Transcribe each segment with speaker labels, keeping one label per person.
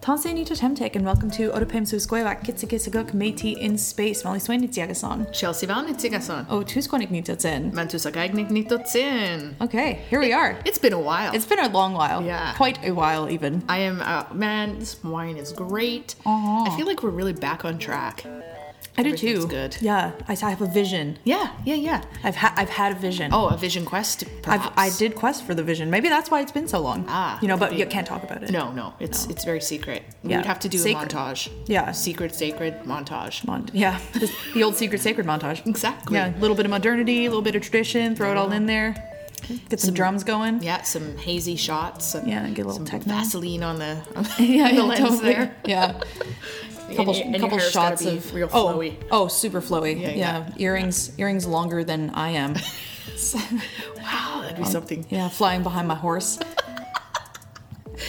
Speaker 1: Tansenita Temtek and welcome to Otapemsu Skoivak Kitsikisaguk Meiti in Space Molly Swainitsjagason.
Speaker 2: Chelsea vaan itsekäson.
Speaker 1: Oh, Tuskwanignitazen.
Speaker 2: Mantusakaignignitotsin.
Speaker 1: Okay, here we are.
Speaker 2: It's been a while.
Speaker 1: It's been a long while.
Speaker 2: Yeah.
Speaker 1: Quite a while, even.
Speaker 2: I am, uh, man, this wine is great.
Speaker 1: Aw.
Speaker 2: I feel like we're really back on track.
Speaker 1: I do
Speaker 2: Everything's
Speaker 1: too.
Speaker 2: good.
Speaker 1: Yeah, I, I have a vision.
Speaker 2: Yeah, yeah, yeah.
Speaker 1: I've, ha- I've had a vision.
Speaker 2: Oh, a vision quest,
Speaker 1: I've,
Speaker 2: perhaps.
Speaker 1: I did quest for the vision. Maybe that's why it's been so long.
Speaker 2: Ah,
Speaker 1: You know, but
Speaker 2: could
Speaker 1: you
Speaker 2: be.
Speaker 1: can't talk about it.
Speaker 2: No, no, it's it's very secret. We
Speaker 1: Yeah.
Speaker 2: would have to do
Speaker 1: Sacred.
Speaker 2: a montage.
Speaker 1: Yeah.
Speaker 2: Secret, sacred montage.
Speaker 1: Mon- yeah, this- the old secret sacred montage.
Speaker 2: Exactly.
Speaker 1: Yeah, a little bit of modernity, a little bit of tradition, throw it all in there, get some drums going.
Speaker 2: Yeah, some hazy shots. Some,
Speaker 1: Yeah, get a little
Speaker 2: some
Speaker 1: techno.
Speaker 2: Vaseline on the, on the, lens there.
Speaker 1: Yeah. couple,
Speaker 2: and your, and your
Speaker 1: couple
Speaker 2: hair's gotta
Speaker 1: shots
Speaker 2: be
Speaker 1: of
Speaker 2: real
Speaker 1: oh,
Speaker 2: flowy.
Speaker 1: oh, super flowy. Yeah,
Speaker 2: Yeah, yeah.
Speaker 1: earrings, earrings longer than I am.
Speaker 2: Wow, that'd be something.
Speaker 1: yeah, flying behind my horse.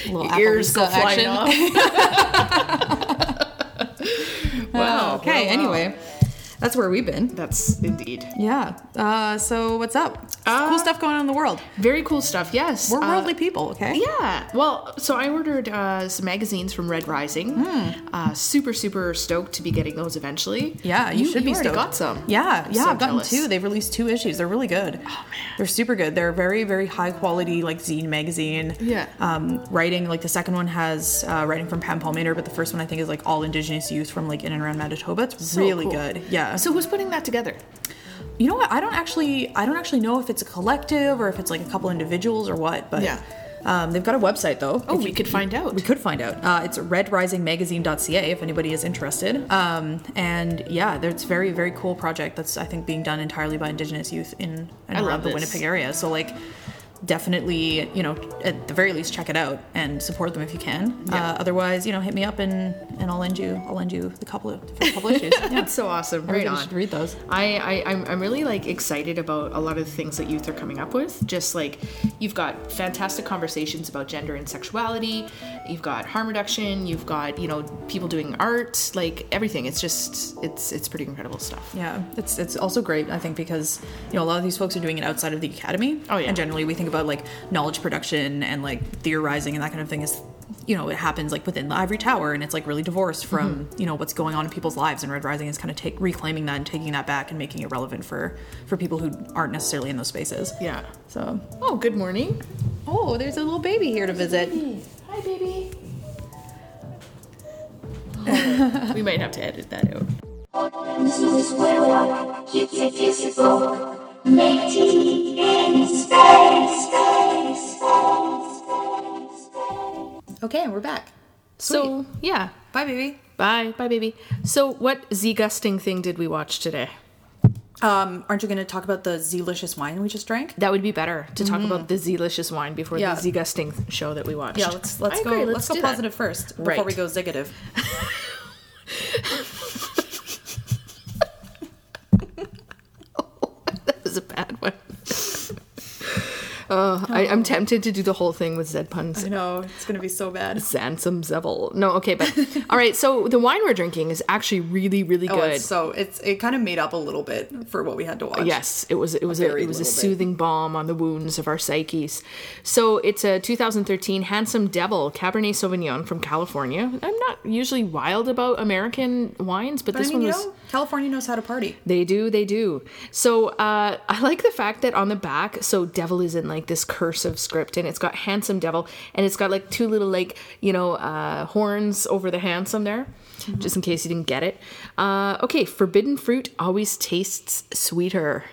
Speaker 1: Little
Speaker 2: Your ears go
Speaker 1: Appaloosa
Speaker 2: flying
Speaker 1: action.
Speaker 2: off. wow.
Speaker 1: Oh, Okay.
Speaker 2: wow, wow.
Speaker 1: Anyway, that's where we've been.
Speaker 2: That's indeed
Speaker 1: Yeah. Uh, so what's up?
Speaker 2: Uh,
Speaker 1: cool stuff going on in the world.
Speaker 2: very cool stuff. Yes,
Speaker 1: We're
Speaker 2: Uh,
Speaker 1: worldly people. Okay.
Speaker 2: yeah. Well, so I ordered uh, some magazines from Red Rising.
Speaker 1: Hmm.
Speaker 2: Uh, super, super stoked to be getting those eventually.
Speaker 1: Yeah, you, should be
Speaker 2: already
Speaker 1: stoked.
Speaker 2: Got some.
Speaker 1: Yeah,
Speaker 2: I'm
Speaker 1: yeah,
Speaker 2: so
Speaker 1: I've gotten
Speaker 2: jealous.
Speaker 1: two. They've released two issues. They're really good. Oh man, they're super good. They're very, very high quality, like zine magazine.
Speaker 2: Yeah.
Speaker 1: Um, writing like the second one has uh, writing from Pam Palmator, but the first one I think is like all Indigenous youth from like in and around Manitoba. It's
Speaker 2: So
Speaker 1: really
Speaker 2: Oh, cool.
Speaker 1: good. Yeah. So
Speaker 2: So who's putting that together?
Speaker 1: you know what? I don't actually, I don't actually know if it's a collective or if it's like a couple individuals or what, but
Speaker 2: Yeah.
Speaker 1: Um, they've got a website though.
Speaker 2: Oh,
Speaker 1: If
Speaker 2: we could find out.
Speaker 1: we could find out. Uh, it's redrisingmagazine.ca if anybody is interested. Um, and yeah, there- it's very very cool project that's I think being done entirely by Indigenous youth in and
Speaker 2: I love
Speaker 1: around the
Speaker 2: this.
Speaker 1: Winnipeg area. So like, definitely you know at the very least check it out and support them if you can.
Speaker 2: Yeah.
Speaker 1: Uh, otherwise, you know hit me up and and I'll lend you I'll lend you the couple of the first couple issues. Yeah.
Speaker 2: That's so awesome. Right
Speaker 1: Everybody
Speaker 2: on.
Speaker 1: should read those.
Speaker 2: I, I I'm, I'm really like excited about a lot of the things that youth are coming up with. Just like you've got fantastic conversations about gender and sexuality, you've got harm reduction, you've got you know people doing art, like everything. It's just it's it's pretty incredible stuff.
Speaker 1: Yeah, it's it's also great I think because you know a lot of these folks are doing it outside of the academy.
Speaker 2: Oh, yeah.
Speaker 1: And generally we think about like knowledge production and like theorizing and that kind of thing is you know it happens like within the ivory tower and it's like really divorced from you know what's going on in people's lives and Red Rising is kind of take reclaiming that and taking that back and making it relevant for for people who aren't necessarily in those spaces.
Speaker 2: Yeah.
Speaker 1: So
Speaker 2: Oh, good morning.
Speaker 1: oh, there's a little baby here to visit.
Speaker 2: Hi, baby. we might have to edit that out.
Speaker 1: Okay, we're back.
Speaker 2: So yeah.
Speaker 1: Bye, baby.
Speaker 2: Bye, bye, baby. So, what Z gusting thing did we watch today?
Speaker 1: Um, aren't you going to talk about the Zelicious wine we just drank?
Speaker 2: That would be better to talk about the Zlicious wine before
Speaker 1: Yeah.
Speaker 2: the Z Gusting show that we watched.
Speaker 1: Yeah, let's let's
Speaker 2: I
Speaker 1: go.
Speaker 2: agree,
Speaker 1: let's,
Speaker 2: do
Speaker 1: go
Speaker 2: that.
Speaker 1: positive first before
Speaker 2: Right.
Speaker 1: we go zigative.
Speaker 2: That was a bad one. Uh, I,
Speaker 1: Oh.
Speaker 2: I'm tempted to do the whole thing with Zed puns.
Speaker 1: know it's gonna be so bad.
Speaker 2: Sansom Zevel. No, okay, but all right. So the wine we're drinking is actually really, really
Speaker 1: Oh,
Speaker 2: good.
Speaker 1: it's so it's it kind of made up a little bit for what we had to watch.
Speaker 2: Yes, it was. It was. A,
Speaker 1: very
Speaker 2: it was a
Speaker 1: little bit.
Speaker 2: soothing balm on the wounds of our psyches. So it's a 2013 Handsome Devil Cabernet Sauvignon from California. I'm not usually wild about American wines, but,
Speaker 1: But
Speaker 2: this
Speaker 1: I mean, you
Speaker 2: one was.
Speaker 1: know, California knows how to party.
Speaker 2: They do, they do. So uh, I like the fact that on the back, so devil is in like this cursive script, and it's got handsome devil, and it's got like two little like you know uh, horns over the handsome there,
Speaker 1: Mm-hmm.
Speaker 2: just in case you didn't get it. Uh, okay, forbidden fruit always tastes sweeter.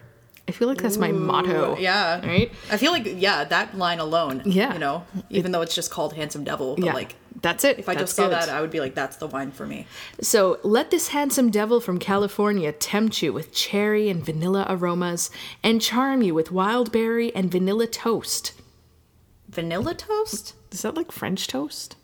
Speaker 2: I feel like that's my motto.
Speaker 1: Yeah.
Speaker 2: Right?
Speaker 1: I feel like yeah, that line alone.
Speaker 2: Yeah.
Speaker 1: You know, even though it's just called handsome devil, but
Speaker 2: yeah.
Speaker 1: like
Speaker 2: that's it.
Speaker 1: if I just saw that, uh, I would be like, that's the wine for me.
Speaker 2: So let this handsome devil from California tempt you with cherry and vanilla aromas and charm you with wild berry and vanilla toast.
Speaker 1: Vanilla toast?
Speaker 2: Is that like French toast?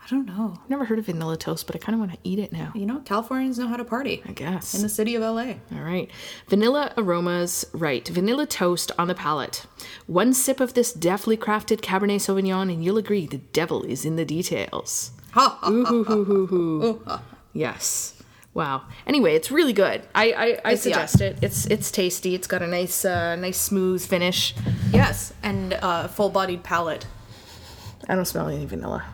Speaker 1: I don't know.
Speaker 2: I've never heard of vanilla toast, but I kind of want to eat it now.
Speaker 1: You know, Californians know how to party.
Speaker 2: I guess.
Speaker 1: In the city of LA.
Speaker 2: All right. Vanilla aromas, right. Vanilla toast on the palate. One sip of this deftly crafted Cabernet Sauvignon, and you'll agree the devil is in the details. Ooh, hoo, hoo, hoo, hoo. Yes. Wow. Anyway, it's really good. I, I, I
Speaker 1: yeah.
Speaker 2: suggest it. It's it's tasty. It's got a nice uh, nice smooth finish.
Speaker 1: Yes, and uh, full bodied palate.
Speaker 2: I don't smell any vanilla.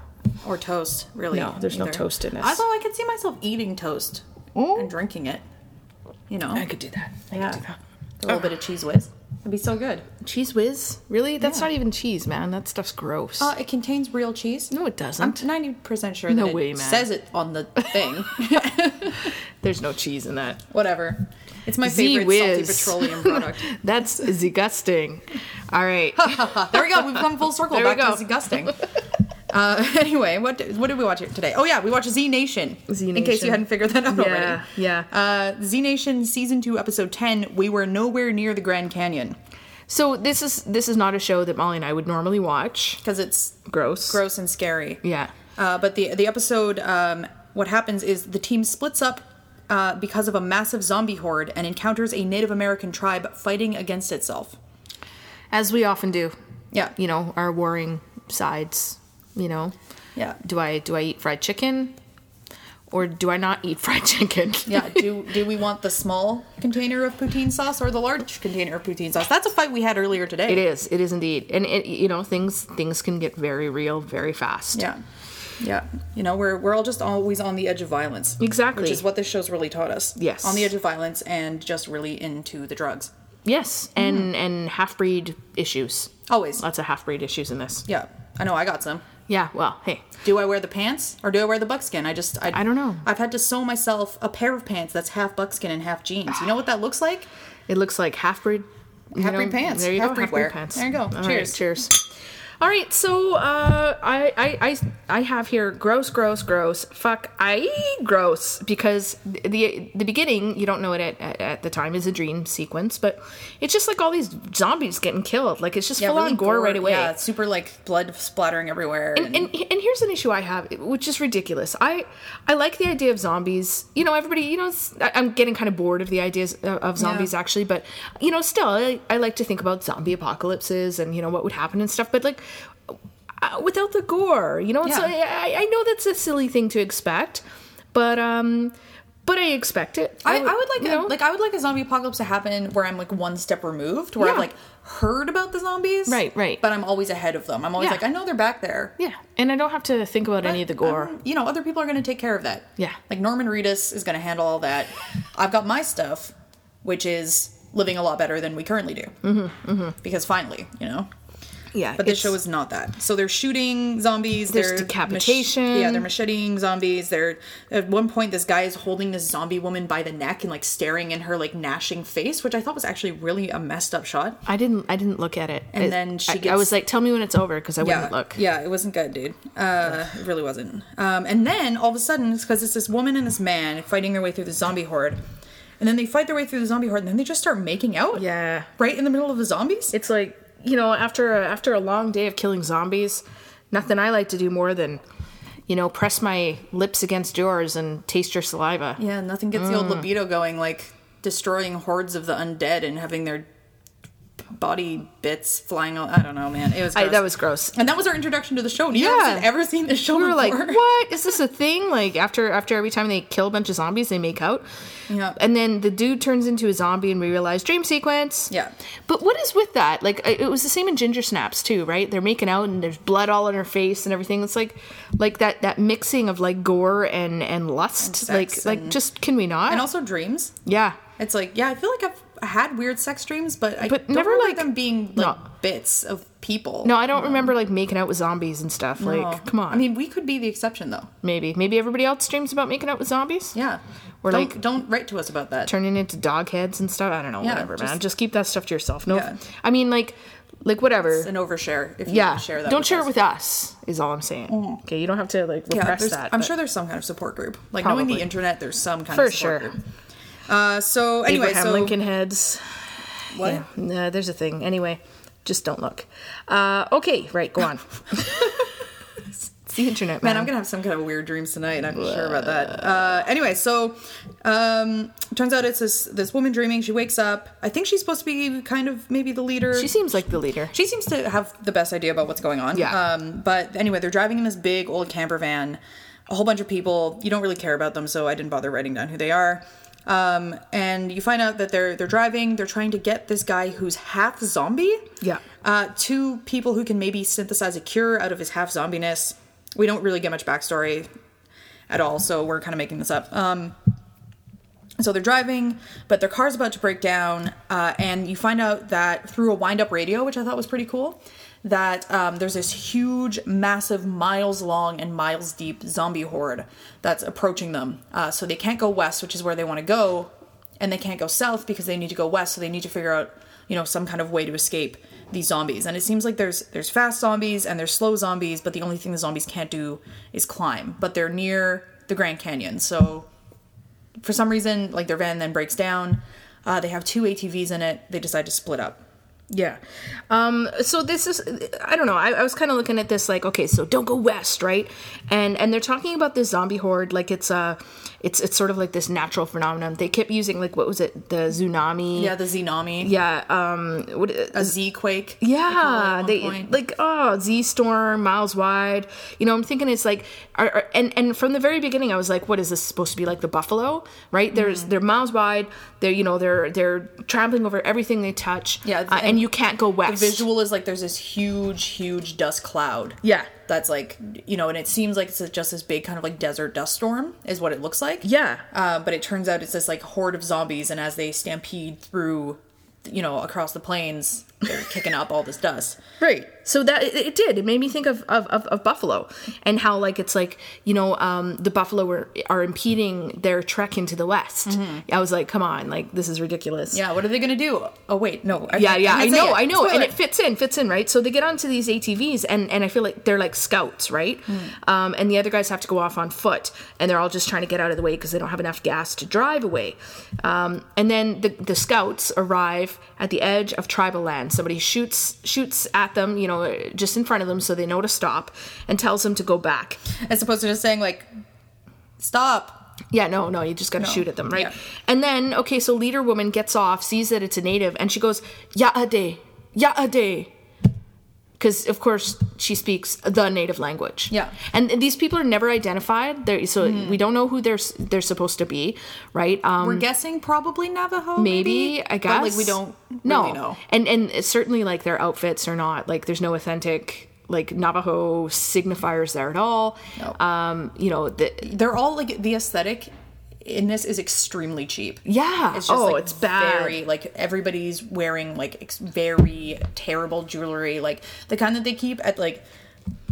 Speaker 1: Or toast, really.
Speaker 2: No, there's no toast in this.
Speaker 1: Although I could see myself eating toast and drinking it. You know,
Speaker 2: I could do that. I
Speaker 1: yeah.
Speaker 2: could do that.
Speaker 1: a little bit of cheese whiz. It'd be so good.
Speaker 2: Cheese whiz? Really? That's
Speaker 1: Yeah.
Speaker 2: not even cheese, man. That stuff's gross.
Speaker 1: Uh, it contains real cheese.
Speaker 2: no, it
Speaker 1: I'm
Speaker 2: doesn't.
Speaker 1: 90% sure
Speaker 2: No
Speaker 1: that
Speaker 2: way,
Speaker 1: it
Speaker 2: man.
Speaker 1: says it on the thing.
Speaker 2: There's no cheese in that.
Speaker 1: Whatever. It's my
Speaker 2: Zee
Speaker 1: favorite
Speaker 2: whiz.
Speaker 1: salty petroleum product.
Speaker 2: That's disgusting. All right.
Speaker 1: there we go. We've come full circle
Speaker 2: There we
Speaker 1: back to
Speaker 2: go.
Speaker 1: disgusting. Uh, anyway, what did, what did we watch here today? Oh yeah, we watched Z Nation.
Speaker 2: Z
Speaker 1: In case
Speaker 2: Nation.
Speaker 1: you hadn't figured that out
Speaker 2: Yeah,
Speaker 1: already.
Speaker 2: yeah.
Speaker 1: Uh, Z Nation season two, episode ten. We were nowhere near the Grand Canyon
Speaker 2: So this is this is not a show that Molly and I would normally watch.
Speaker 1: because it's
Speaker 2: Gross.
Speaker 1: gross and scary.
Speaker 2: Yeah.
Speaker 1: Uh, but the the episode, um, what happens is the team splits up uh, because of a massive zombie horde and encounters a Native American tribe fighting against itself.
Speaker 2: As we often do.
Speaker 1: Yeah.
Speaker 2: You know, our warring sides, you know.
Speaker 1: Yeah.
Speaker 2: Do I do I eat fried chicken? Or do I not eat fried chicken?
Speaker 1: Yeah, do do we want the small container of poutine sauce or the large container of poutine sauce? That's a fight we had earlier today.
Speaker 2: It is. It is indeed. And it you know, things things can get very real very fast.
Speaker 1: Yeah. Yeah. You know, we're we're all just always on the edge of violence.
Speaker 2: Exactly.
Speaker 1: Which is what this show's really taught us.
Speaker 2: Yes.
Speaker 1: On the edge of violence and just really into the drugs.
Speaker 2: Yes. And and half breed issues.
Speaker 1: Always.
Speaker 2: Lots of half breed issues in this.
Speaker 1: yeah. I know I got some.
Speaker 2: Yeah, well, hey.
Speaker 1: Do I wear the pants or do I wear the buckskin? I just I,
Speaker 2: I don't know.
Speaker 1: I've had to sew myself a pair of pants that's half buckskin and half jeans. You know what that looks like?
Speaker 2: It looks like half breed.
Speaker 1: Half breed pants.
Speaker 2: There you
Speaker 1: Half
Speaker 2: go.
Speaker 1: breed
Speaker 2: Half breed
Speaker 1: wear.
Speaker 2: pants.
Speaker 1: There you go.
Speaker 2: All right,
Speaker 1: Cheers.
Speaker 2: cheers. All right. So uh, I, I I I have here gross, gross, gross. Fuck, I gross because the the beginning you don't know it at, at, at the time is a dream sequence, but it's just like all these zombies getting killed. Like it's just full
Speaker 1: really
Speaker 2: on gore, right away.
Speaker 1: Yeah, super like blood splattering everywhere.
Speaker 2: And, and and here's an issue I have, which is ridiculous. I I like the idea of zombies. You know, everybody. You know, it's- I- I'm getting kind of bored of the ideas of- of zombies
Speaker 1: Yeah.
Speaker 2: actually, but you know, still, I, I like to think about zombie apocalypses and you know what would happen and stuff. But like, uh, without the gore, you know, it's,
Speaker 1: Yeah.
Speaker 2: I, I know that's a silly thing to expect, but um, but I expect it.
Speaker 1: I, I would like
Speaker 2: you
Speaker 1: a,
Speaker 2: know?
Speaker 1: like I would like a zombie apocalypse to happen where I'm like one step removed, where I've
Speaker 2: Yeah.
Speaker 1: like heard about the zombies,
Speaker 2: Right, right.
Speaker 1: But I'm always ahead of them. I'm always
Speaker 2: Yeah.
Speaker 1: like, I know they're back there.
Speaker 2: yeah, and I don't have to think about any of the gore.
Speaker 1: Um, you know, other people are going to take care of that.
Speaker 2: Yeah.
Speaker 1: like Norman Reedus is going to handle all that. I've got my stuff, which is living a lot better than we currently do, mm-hmm, because finally, you know.
Speaker 2: yeah,
Speaker 1: But this show is not that. So they're shooting zombies.
Speaker 2: There's
Speaker 1: they're mach-
Speaker 2: decapitation.
Speaker 1: yeah, they're macheting zombies. They're at one point this guy is holding this zombie woman by the neck and like staring in her like gnashing face, which I thought was actually really a messed up shot.
Speaker 2: I didn't. I didn't look at it.
Speaker 1: And
Speaker 2: I-
Speaker 1: then she
Speaker 2: I- I
Speaker 1: gets-
Speaker 2: was like, "Tell me when it's over," because I wouldn't look.
Speaker 1: Yeah, it wasn't good, dude. Uh, it really wasn't. Um, and then all of a sudden, it's because it's this woman and this man fighting their way through the zombie horde. And then they fight their way through the zombie horde, and then they just start making out.
Speaker 2: Yeah.
Speaker 1: Right in the middle of the zombies?
Speaker 2: It's like you know, after a, after a long day of killing zombies, nothing I like to do more than you know press my lips against yours and taste your saliva.
Speaker 1: yeah, nothing gets the old
Speaker 2: Mm.
Speaker 1: libido going, like destroying hordes of the undead and having their body bits flying out. I don't know, man. It was
Speaker 2: I,
Speaker 1: gross.
Speaker 2: that was gross.
Speaker 1: And that was our introduction to the show. Neither of us
Speaker 2: Yeah.
Speaker 1: had ever seen this show
Speaker 2: We were like,
Speaker 1: before.
Speaker 2: "What is this a thing?" Like after after every time they kill a bunch of zombies, they make out.
Speaker 1: Yeah.
Speaker 2: And then the dude turns into a zombie, and we realize dream sequence.
Speaker 1: Yeah.
Speaker 2: But what is with that? Like it it was the same in Ginger Snaps too, right? They're making out, and there's blood all in her face and everything. It's like like that that mixing of like gore and and lust.
Speaker 1: sex
Speaker 2: like like
Speaker 1: and-
Speaker 2: just can we not?
Speaker 1: And also dreams.
Speaker 2: yeah.
Speaker 1: It's like, yeah, I feel like I've had weird sex dreams, but I
Speaker 2: But
Speaker 1: don't
Speaker 2: never,
Speaker 1: remember
Speaker 2: like-
Speaker 1: them being like
Speaker 2: No.
Speaker 1: bits of people.
Speaker 2: No, I don't remember like making out with zombies and stuff.
Speaker 1: No.
Speaker 2: Like, come on.
Speaker 1: I mean, we could be the exception though.
Speaker 2: maybe maybe everybody else dreams about making out with zombies.
Speaker 1: Yeah.
Speaker 2: Or,
Speaker 1: don't,
Speaker 2: like-
Speaker 1: don't write to us about that.
Speaker 2: turning into dog heads and stuff. I don't know,
Speaker 1: Yeah,
Speaker 2: whatever, man.
Speaker 1: just-
Speaker 2: Just keep that stuff to yourself. No,
Speaker 1: Yeah.
Speaker 2: I mean like, like whatever.
Speaker 1: It's an overshare. If you
Speaker 2: yeah,
Speaker 1: share that.
Speaker 2: don't
Speaker 1: with
Speaker 2: share
Speaker 1: us.
Speaker 2: it with us. Mm. Is all I'm saying. Okay, you don't have to like
Speaker 1: Yeah,
Speaker 2: repress
Speaker 1: there's-
Speaker 2: that.
Speaker 1: I'm
Speaker 2: but-
Speaker 1: sure there's some kind of support group. Like knowing
Speaker 2: Probably.
Speaker 1: the internet, there's some kind
Speaker 2: For
Speaker 1: of support
Speaker 2: sure.
Speaker 1: group. Uh, so anyway,
Speaker 2: Abraham
Speaker 1: so
Speaker 2: Lincoln heads.
Speaker 1: what?
Speaker 2: Yeah, no, there's a thing. Anyway, just don't look. Uh, okay, right, go on. it's the internet, man.
Speaker 1: Man, I'm gonna have some kind of weird dreams tonight, and I'm sure about that. Uh, anyway, so um, turns out it's this this woman dreaming. She wakes up. I think she's supposed to be kind of maybe the leader.
Speaker 2: She seems like the leader.
Speaker 1: she seems to have the best idea about what's going on.
Speaker 2: Yeah.
Speaker 1: Um, but anyway, they're driving in this big old camper van, a whole bunch of people. You don't really care about them, so I didn't bother writing down who they are. Um, and you find out that they're they're driving. They're trying to get this guy who's half zombie.
Speaker 2: Yeah.
Speaker 1: Uh, to people who can maybe synthesize a cure out of his half zombiness. We don't really get much backstory at all, so we're kind of making this up. Um, so they're driving, but their car's about to break down, uh, and you find out that through a wind-up radio, which I thought was pretty cool, that um, there's this huge, massive, miles long and miles deep zombie horde that's approaching them. Uh, so they can't go west, which is where they want to go, and they can't go south because they need to go west. So they need to figure out, you know, some kind of way to escape these zombies. And it seems like there's there's fast zombies and there's slow zombies, but the only thing the zombies can't do is climb. But they're near the Grand Canyon, so for some reason, like their van then breaks down. Uh, they have two ATVs in it. They decide to split up.
Speaker 2: Yeah. Um, so this is I don't know. I, I was kind of looking at this like, okay, so don't go west, right? And and they're talking about this zombie horde like it's uh it's it's sort of like this natural phenomenon. They kept using like what was it? The tsunami.
Speaker 1: Yeah, the Tsunami.
Speaker 2: Yeah, um what
Speaker 1: a Z quake.
Speaker 2: yeah,
Speaker 1: they,
Speaker 2: they
Speaker 1: call it at one point.
Speaker 2: like oh Z storm miles wide. You know, I'm thinking it's like, are, are- and and from the very beginning, I was like, what is this supposed to be like the buffalo, right? There's
Speaker 1: Mm-hmm.
Speaker 2: they're miles wide. They're you know they're they're trampling over everything they touch.
Speaker 1: Yeah,
Speaker 2: uh, and,
Speaker 1: and
Speaker 2: you can't go west.
Speaker 1: the visual is like there's this huge, huge dust cloud.
Speaker 2: Yeah.
Speaker 1: that's like you know, and it seems like it's just this big kind of like desert dust storm is what it looks like.
Speaker 2: Yeah.
Speaker 1: uh, but it turns out it's this like horde of zombies, and as they stampede through, you know, across the plains, they're kicking up all this dust.
Speaker 2: Right. So that it, it did. It made me think of, of, of, of buffalo and how like it's like you know um, the buffalo are, are impeding their trek into the west.
Speaker 1: Mm-hmm.
Speaker 2: I was like, come on, like this is ridiculous.
Speaker 1: Yeah, what are they gonna do? Oh wait, no. I
Speaker 2: Yeah,
Speaker 1: can't-
Speaker 2: yeah, I
Speaker 1: can't say
Speaker 2: know,
Speaker 1: it.
Speaker 2: I know, and
Speaker 1: Spoiler.
Speaker 2: it fits in, fits in, right? So they get onto these ATVs, and and I feel like they're like scouts, right?
Speaker 1: Hmm.
Speaker 2: Um, and the other guys have to go off on foot, and they're all just trying to get out of the way because they don't have enough gas to drive away. Um, and then the the scouts arrive at the edge of tribal land. Somebody shoots shoots at them, you know, just in front of them, so they know to stop, and tells them to go back.
Speaker 1: as opposed to just saying like stop
Speaker 2: Yeah, no, no, you just gotta shoot at them, right?
Speaker 1: yeah.
Speaker 2: And then, okay, so leader woman gets off, sees that it's a native, and she goes, Yaade, Yaade. Because, of course, she speaks the native language.
Speaker 1: Yeah. Mm-hmm.
Speaker 2: And these people are never identified, they're, so we don't know who they're, s- they're supposed to be, right? Um,
Speaker 1: we're guessing probably navajo
Speaker 2: maybe, I guess.
Speaker 1: but like we don't
Speaker 2: no.
Speaker 1: really know
Speaker 2: And, and certainly, like, their outfits are not, like, there's no authentic, like, Navajo signifiers there at all.
Speaker 1: No.
Speaker 2: Um, you know, the,
Speaker 1: they're all like the aesthetic in this is extremely cheap
Speaker 2: yeah.
Speaker 1: it's just
Speaker 2: oh,
Speaker 1: like,
Speaker 2: it's bad.
Speaker 1: very like everybody's wearing like ex- very terrible jewelry like the kind that they keep at like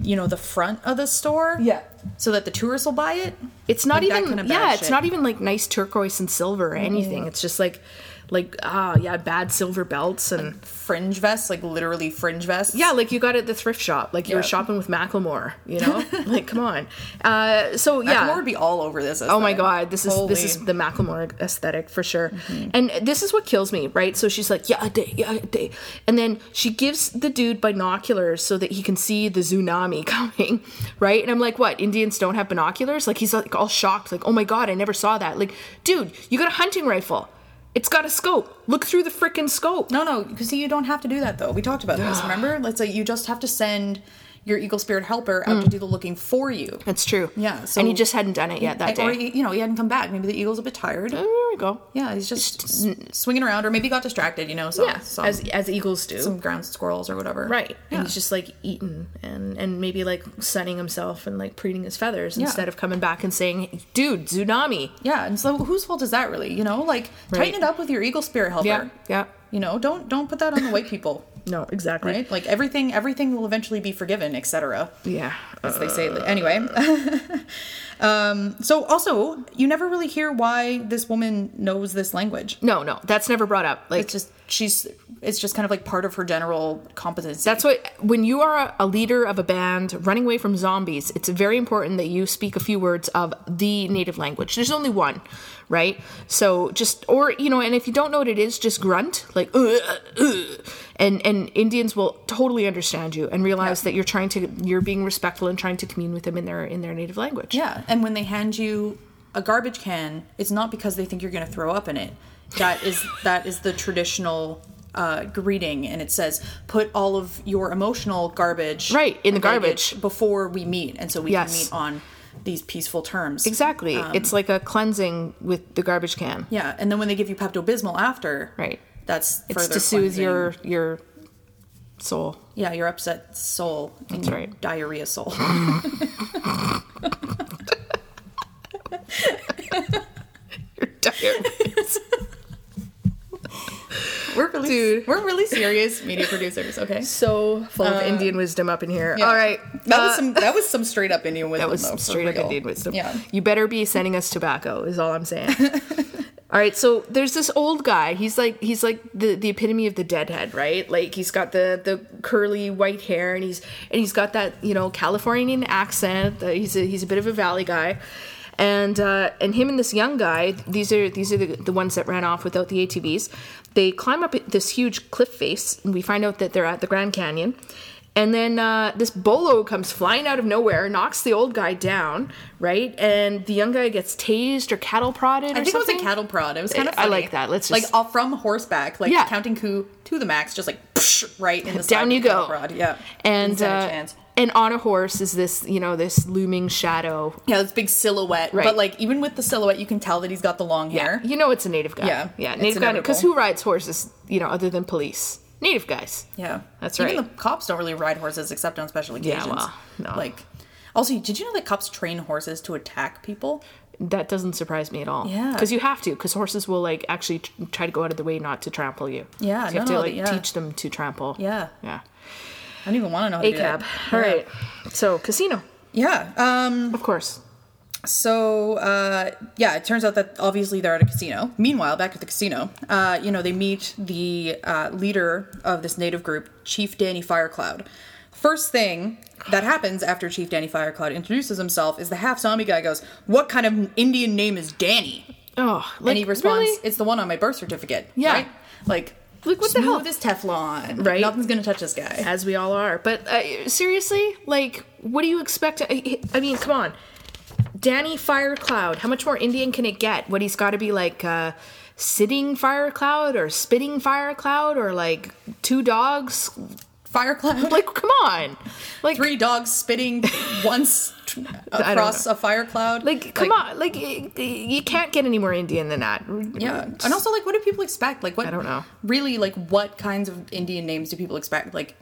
Speaker 1: you know the front of the store
Speaker 2: Yeah.
Speaker 1: so that the tourists will buy it
Speaker 2: It's not
Speaker 1: Like that
Speaker 2: even
Speaker 1: kind of bad
Speaker 2: yeah, it's
Speaker 1: shit. Mm.
Speaker 2: not even like nice turquoise and silver or anything. It's just like like ah yeah, bad silver belts and
Speaker 1: fringe vests like literally fringe vests
Speaker 2: yeah, like you got it at the thrift shop. Like you were
Speaker 1: Yeah.
Speaker 2: shopping with Macklemore, you know? like come on. Uh so yeah.
Speaker 1: More would be all over this.
Speaker 2: Oh my god, this is this is the Macklemore aesthetic for sure. And this is what kills me, right? So she's like, yeah, day, yeah, day, and then she gives the dude binoculars so that he can see the tsunami coming, right? And I'm like, what? Indians don't have binoculars? Like he's like all shocked, like, oh my god, I never saw that. Like, dude, you got a hunting rifle. It's got a scope. Look through the freaking scope.
Speaker 1: No, no, because you don't have to do that though. We talked about this, remember? Let's say you just have to send your eagle spirit helper
Speaker 2: Mm.
Speaker 1: out to do the looking for you.
Speaker 2: That's true.
Speaker 1: Yeah, so-
Speaker 2: and he just hadn't done it yet that
Speaker 1: Or
Speaker 2: day. Mm.
Speaker 1: he- you know, he hadn't come back. Maybe the eagle's a bit tired.
Speaker 2: There we go.
Speaker 1: Yeah, he's just s- swinging around, or maybe he got distracted. You know, so
Speaker 2: Yeah,
Speaker 1: some,
Speaker 2: as as eagles do.
Speaker 1: some ground squirrels or whatever.
Speaker 2: Right.
Speaker 1: Yeah.
Speaker 2: And he's just like eaten and and maybe like sunning himself and like preening his feathers
Speaker 1: Yeah.
Speaker 2: instead of coming back and saying, "Dude, tsunami."
Speaker 1: yeah, and so whose fault is that really? You know, like
Speaker 2: Right.
Speaker 1: tighten it up with your eagle spirit helper.
Speaker 2: Yeah.
Speaker 1: You know, don't don't put that on the white people.
Speaker 2: No, exactly.
Speaker 1: right? Like everything, everything will eventually be forgiven, etc.
Speaker 2: Yeah. Uh,
Speaker 1: As they say. Anyway, um, so also you never really hear why this woman knows this language.
Speaker 2: No, no, that's never brought up. Like,
Speaker 1: It's just she's. It's just kind of like part of her general competency.
Speaker 2: That's what when you are a- a leader of a band running away from zombies, it's very important that you speak a few words of the native language. There's only one, right? So just or you know, and if you don't know what it is, just grunt like "Ugh, ugh," and and Indians will totally understand you and realize that you're trying to you're being respectful and trying to commune with them in their in their native language.
Speaker 1: Yeah, and when they hand you a garbage can, it's not because they think you're going to throw up in it. That is that is the traditional uh, greeting, and it says, "Put all of your emotional garbage
Speaker 2: Right, in the
Speaker 1: baggage
Speaker 2: garbage.
Speaker 1: before we meet, and so we
Speaker 2: Yes.
Speaker 1: can meet on these peaceful terms."
Speaker 2: Exactly. it's like a cleansing with the garbage can.
Speaker 1: Um, Yeah, and then when they give you Pepto Bismol after,
Speaker 2: Right.
Speaker 1: That's
Speaker 2: It's
Speaker 1: further
Speaker 2: to soothe
Speaker 1: cleansing.
Speaker 2: your your soul.
Speaker 1: yeah your upset soul. That's
Speaker 2: right.
Speaker 1: Diarrhea soul. we're really
Speaker 2: Dude.
Speaker 1: We're really serious media producers. Okay.
Speaker 2: So full of Indian wisdom up in here. All right.
Speaker 1: uh, That
Speaker 2: uh,
Speaker 1: was some. That was some straight up Indian wisdom.
Speaker 2: That was
Speaker 1: though,
Speaker 2: some
Speaker 1: for
Speaker 2: straight up
Speaker 1: real.
Speaker 2: Indian wisdom.
Speaker 1: Yeah.
Speaker 2: You better be sending us tobacco, is all I'm saying. all right, so there's this old guy. He's like he's like the, the epitome of the deadhead, right? Like he's got the the curly white hair and he's and he's got that, you know, Californian accent. that He's a, he's a bit of a valley guy. And uh, and him and this young guy, these are these are the, the ones that ran off without the ATVs. They climb up this huge cliff face, and we find out that they're at the Grand Canyon. And then uh, this bolo comes flying out of nowhere, knocks the old guy down, right? And the young guy gets tased or cattle prodded.
Speaker 1: I think it was a cattle prod. It was kind of.
Speaker 2: I
Speaker 1: Funny.
Speaker 2: like that. Let's
Speaker 1: like
Speaker 2: just-
Speaker 1: all from horseback, like
Speaker 2: Yeah.
Speaker 1: counting coup to the max, just like psh, right in the side
Speaker 2: Down
Speaker 1: of
Speaker 2: you
Speaker 1: the cattle
Speaker 2: go.
Speaker 1: Prod. Yeah.
Speaker 2: And
Speaker 1: Didn't stand a
Speaker 2: uh,
Speaker 1: chance.
Speaker 2: and on a horse is this, you know, this looming shadow.
Speaker 1: yeah, this big silhouette.
Speaker 2: Right.
Speaker 1: But like even with the silhouette, you can tell that he's got the long hair.
Speaker 2: You know, it's a native guy.
Speaker 1: Yeah,
Speaker 2: yeah,
Speaker 1: it's
Speaker 2: native guy. Because
Speaker 1: inevitable.
Speaker 2: who rides horses, you know, other than police? Native guys.
Speaker 1: Yeah,
Speaker 2: That's
Speaker 1: Even
Speaker 2: right.
Speaker 1: the cops don't really ride horses except on special occasions.
Speaker 2: well, no.
Speaker 1: Like, also, did you know that cops train horses to attack people?
Speaker 2: That doesn't surprise me at all.
Speaker 1: Yeah.
Speaker 2: because you have to. Because horses will like actually tr- try to go out of the way not to trample you.
Speaker 1: Yeah,
Speaker 2: so you have
Speaker 1: no,
Speaker 2: to
Speaker 1: no,
Speaker 2: like
Speaker 1: yeah.
Speaker 2: teach them to trample.
Speaker 1: Yeah.
Speaker 2: yeah.
Speaker 1: I don't even want to know. How
Speaker 2: A
Speaker 1: to do that.
Speaker 2: cab. All
Speaker 1: Yeah.
Speaker 2: right. So casino,
Speaker 1: Yeah. Um.
Speaker 2: of course.
Speaker 1: So, uh, yeah, it turns out that obviously they're at a casino. Meanwhile, back at the casino, uh, you know, they meet the uh, leader of this native group, Chief Danny Firecloud. First thing that happens after Chief Danny Firecloud introduces himself is the half zombie guy goes, "What kind of Indian name is Danny?"
Speaker 2: Oh, like,
Speaker 1: and he responds,
Speaker 2: really?
Speaker 1: "It's the one on my birth certificate."
Speaker 2: Yeah.
Speaker 1: right? like,
Speaker 2: Like, what the hell?
Speaker 1: This Teflon,
Speaker 2: Right.
Speaker 1: Nothing's gonna touch this guy.
Speaker 2: as we all are. But uh, seriously, like, what do you expect? I, I mean, come on, Danny Firecloud. How much more Indian can it get? What he's got to be like, uh, sitting Firecloud or spitting Firecloud or like two dogs?
Speaker 1: Firecloud,
Speaker 2: Like, come on, like
Speaker 1: three dogs spitting once t-
Speaker 2: don't
Speaker 1: across
Speaker 2: know.
Speaker 1: a fire cloud.
Speaker 2: Like, come on, like y- y- you can't get any more Indian than that.
Speaker 1: Yeah, and also like, what do people expect? Like, what
Speaker 2: I don't know.
Speaker 1: Really, like, what kinds of Indian names do people expect? Like,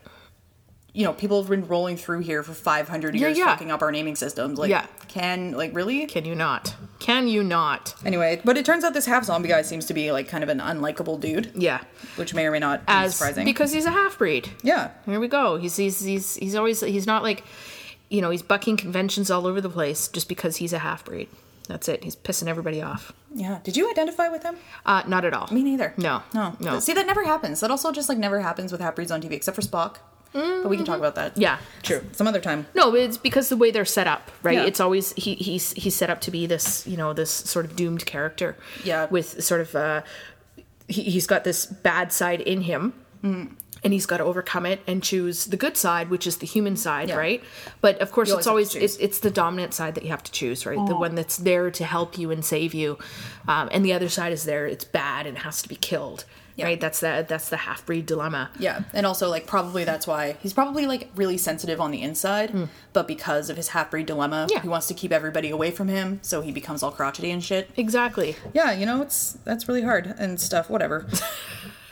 Speaker 1: you know, people have been rolling through here for five hundred years,
Speaker 2: yeah.
Speaker 1: fucking up our naming systems. Like,
Speaker 2: Yeah.
Speaker 1: can like really?
Speaker 2: Can you not? Can you not?
Speaker 1: Anyway, but it turns out this half zombie guy seems to be like kind of an unlikable dude.
Speaker 2: Yeah,
Speaker 1: which may or may not be
Speaker 2: as
Speaker 1: surprising.
Speaker 2: because he's a half breed.
Speaker 1: yeah,
Speaker 2: Here we go. He's he's he's he's always he's not like, you know, he's bucking conventions all over the place just because he's a half breed. That's it. He's pissing everybody off.
Speaker 1: yeah. Did you identify with him?
Speaker 2: Uh, not at all.
Speaker 1: Me neither.
Speaker 2: No.
Speaker 1: no,
Speaker 2: No.
Speaker 1: See, that never happens. That also just like never happens with half breeds on TV, except for Spock. But we can talk about that.
Speaker 2: Yeah.
Speaker 1: true. Some other time.
Speaker 2: No, it's because the way they're set up, right?
Speaker 1: Yeah.
Speaker 2: It's always he he's he's set up to be this, you know, this sort of doomed character.
Speaker 1: Yeah.
Speaker 2: With sort of uh he, he's got this bad side in him.
Speaker 1: Mm.
Speaker 2: And he's got to overcome it and choose the good side, which is the human side,
Speaker 1: Yeah.
Speaker 2: right? But of course,
Speaker 1: You
Speaker 2: it's
Speaker 1: always
Speaker 2: always
Speaker 1: have to Mm.
Speaker 2: it's, it's the dominant side that you have to choose, right? The one that's there to help you and save you, um, and the other side is there. It's bad and has to be killed,
Speaker 1: Yeah.
Speaker 2: right? That's the that's the half breed dilemma.
Speaker 1: Yeah, and also like probably that's why he's probably like really sensitive on the inside, but because of his half breed dilemma,
Speaker 2: Yeah.
Speaker 1: he wants to keep everybody away from him, so he becomes all crotchety and shit.
Speaker 2: Exactly.
Speaker 1: Yeah, you know it's that's really hard and stuff. Whatever.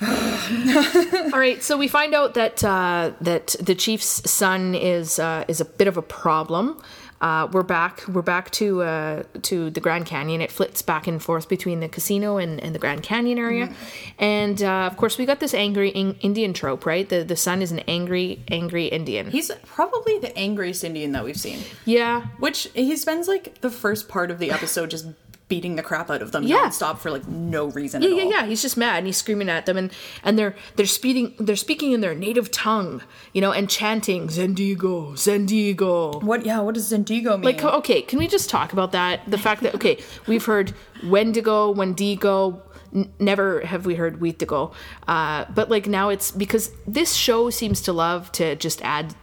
Speaker 2: All right, so we find out that uh, that the chief's son is uh, is a bit of a problem. Uh, we're back. We're back to uh, to the Grand Canyon. It flits back and forth between the casino and, and the Grand Canyon area, and uh, of course we got this angry in- Indian trope, right? The the son is an angry angry Indian.
Speaker 1: He's probably the angriest Indian that we've seen.
Speaker 2: yeah,
Speaker 1: Which he spends like the first part of the episode just beating the crap out of them
Speaker 2: Yeah.
Speaker 1: nonstop for like no reason at
Speaker 2: yeah,
Speaker 1: all.
Speaker 2: yeah, yeah. He's just mad and he's screaming at them, and and they're they're speaking they're speaking in their native tongue, you know, and chanting Zendigo, Zendigo.
Speaker 1: What yeah, what does Zendigo mean?
Speaker 2: Like, okay, can we just talk about that? The fact that okay, we've heard Wendigo, Wendigo. N- never have we heard Wheatigo. Uh, but like now it's because this show seems to love to just add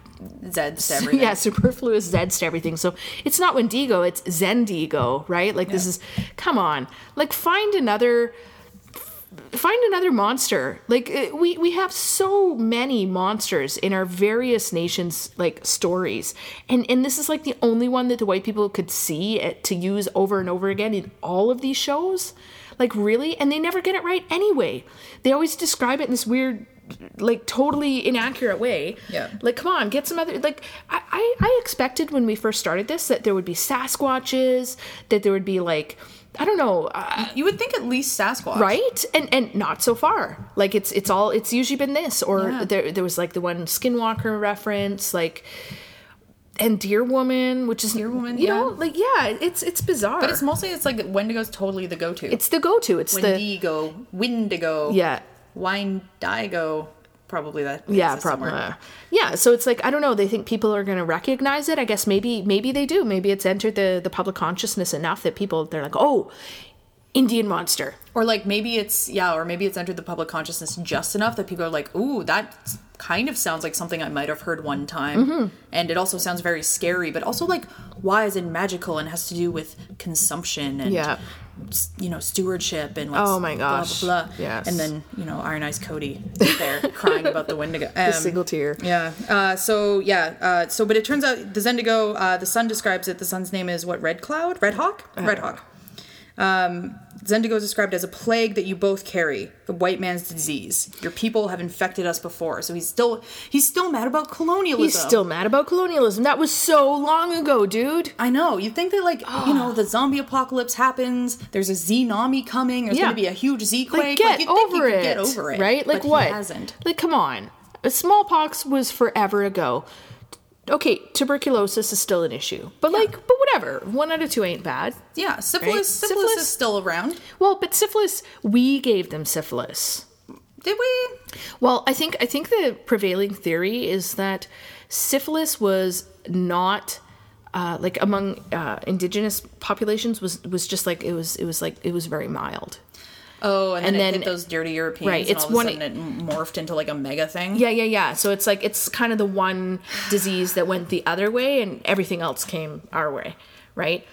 Speaker 1: Zeds to everything.
Speaker 2: yeah, superfluous Zeds to everything. So it's not Wendigo, it's Zendigo, right? Like this is come on. Like find another find another monster. Like eh, we we have so many monsters in our various nations like stories. And and this is like the only one that the white people could see eh, to use over and over again in all of these shows. Like really? And they never get it right anyway. They always describe it in this weird like totally inaccurate way.
Speaker 1: Yeah.
Speaker 2: Like, come on, get some other. Like, I, I, I expected when we first started this that there would be Sasquatches, that there would be like, I don't know, uh,
Speaker 1: You would think at least Sasquatch.
Speaker 2: right? And and not so far. Like, it's it's all it's usually been this or
Speaker 1: Yeah.
Speaker 2: there there was like the one Skinwalker reference, like, and Deer Woman, which is Deer
Speaker 1: Woman,
Speaker 2: you know,
Speaker 1: yeah.
Speaker 2: like yeah, it's it's bizarre.
Speaker 1: But it's mostly it's like Wendigo's totally the go to.
Speaker 2: it's the go-to. It's the
Speaker 1: Wendigo, Windigo,
Speaker 2: yeah.
Speaker 1: Windigo. Probably that.
Speaker 2: yeah
Speaker 1: exists somewhere.
Speaker 2: probably yeah so it's like i don't know they think people are going to recognize it i guess maybe maybe they do maybe it's entered the the public consciousness enough that people they're like oh indian monster
Speaker 1: Or like maybe it's yeah, or maybe it's entered the public consciousness just enough that people are like, "Ooh, that s- kind of sounds like something I might have heard one time."
Speaker 2: Mm-hmm.
Speaker 1: And it also sounds very scary, but also like wise and magical and has to do with consumption and
Speaker 2: Yeah.
Speaker 1: s- you know, stewardship and like
Speaker 2: Oh my gosh.
Speaker 1: blah blah. blah.
Speaker 2: Yes.
Speaker 1: And then, you know, Iron Eyes Cody is there crying about the Wendigo. Um,
Speaker 2: tear
Speaker 1: yeah. Uh, so yeah. Uh, so but it turns out the Zendigo. Uh, the sun describes it. The sun's name is what? Red Cloud? Red Hawk?
Speaker 2: Uh-huh.
Speaker 1: Red Hawk. Um, Zendigo is described as a plague that you both carry, the white man's disease. Your people have infected us before. So he's still he's still mad about colonialism.
Speaker 2: he's still mad about colonialism that was so long ago dude
Speaker 1: I know. You'd think that, like, you know, the zombie apocalypse happens. There's a tsunami coming. There's
Speaker 2: Yeah.
Speaker 1: going to be a huge Z quake.
Speaker 2: like get
Speaker 1: you'd think he
Speaker 2: over
Speaker 1: could
Speaker 2: it
Speaker 1: Get over it.
Speaker 2: right like
Speaker 1: but
Speaker 2: what
Speaker 1: He hasn't.
Speaker 2: like come on smallpox was forever ago okay tuberculosis is still an issue but like but whatever one out of two ain't bad
Speaker 1: Yeah. Syphilis.
Speaker 2: Right?
Speaker 1: Syphilis,
Speaker 2: Syphilis-
Speaker 1: is still around.
Speaker 2: Well, but syphilis, we gave them syphilis.
Speaker 1: Did we?
Speaker 2: Well, I think I think the prevailing theory is that syphilis was not uh, like among uh, indigenous populations was was just like it was it was like it was very mild.
Speaker 1: Oh, and then,
Speaker 2: And
Speaker 1: it
Speaker 2: then-
Speaker 1: hit those dirty Europeans,
Speaker 2: right,
Speaker 1: and
Speaker 2: it's
Speaker 1: all of a
Speaker 2: one-
Speaker 1: sudden it morphed into like a mega thing.
Speaker 2: Yeah, yeah, yeah. So it's like it's kind of the one disease that went the other way, and everything else came our way, right?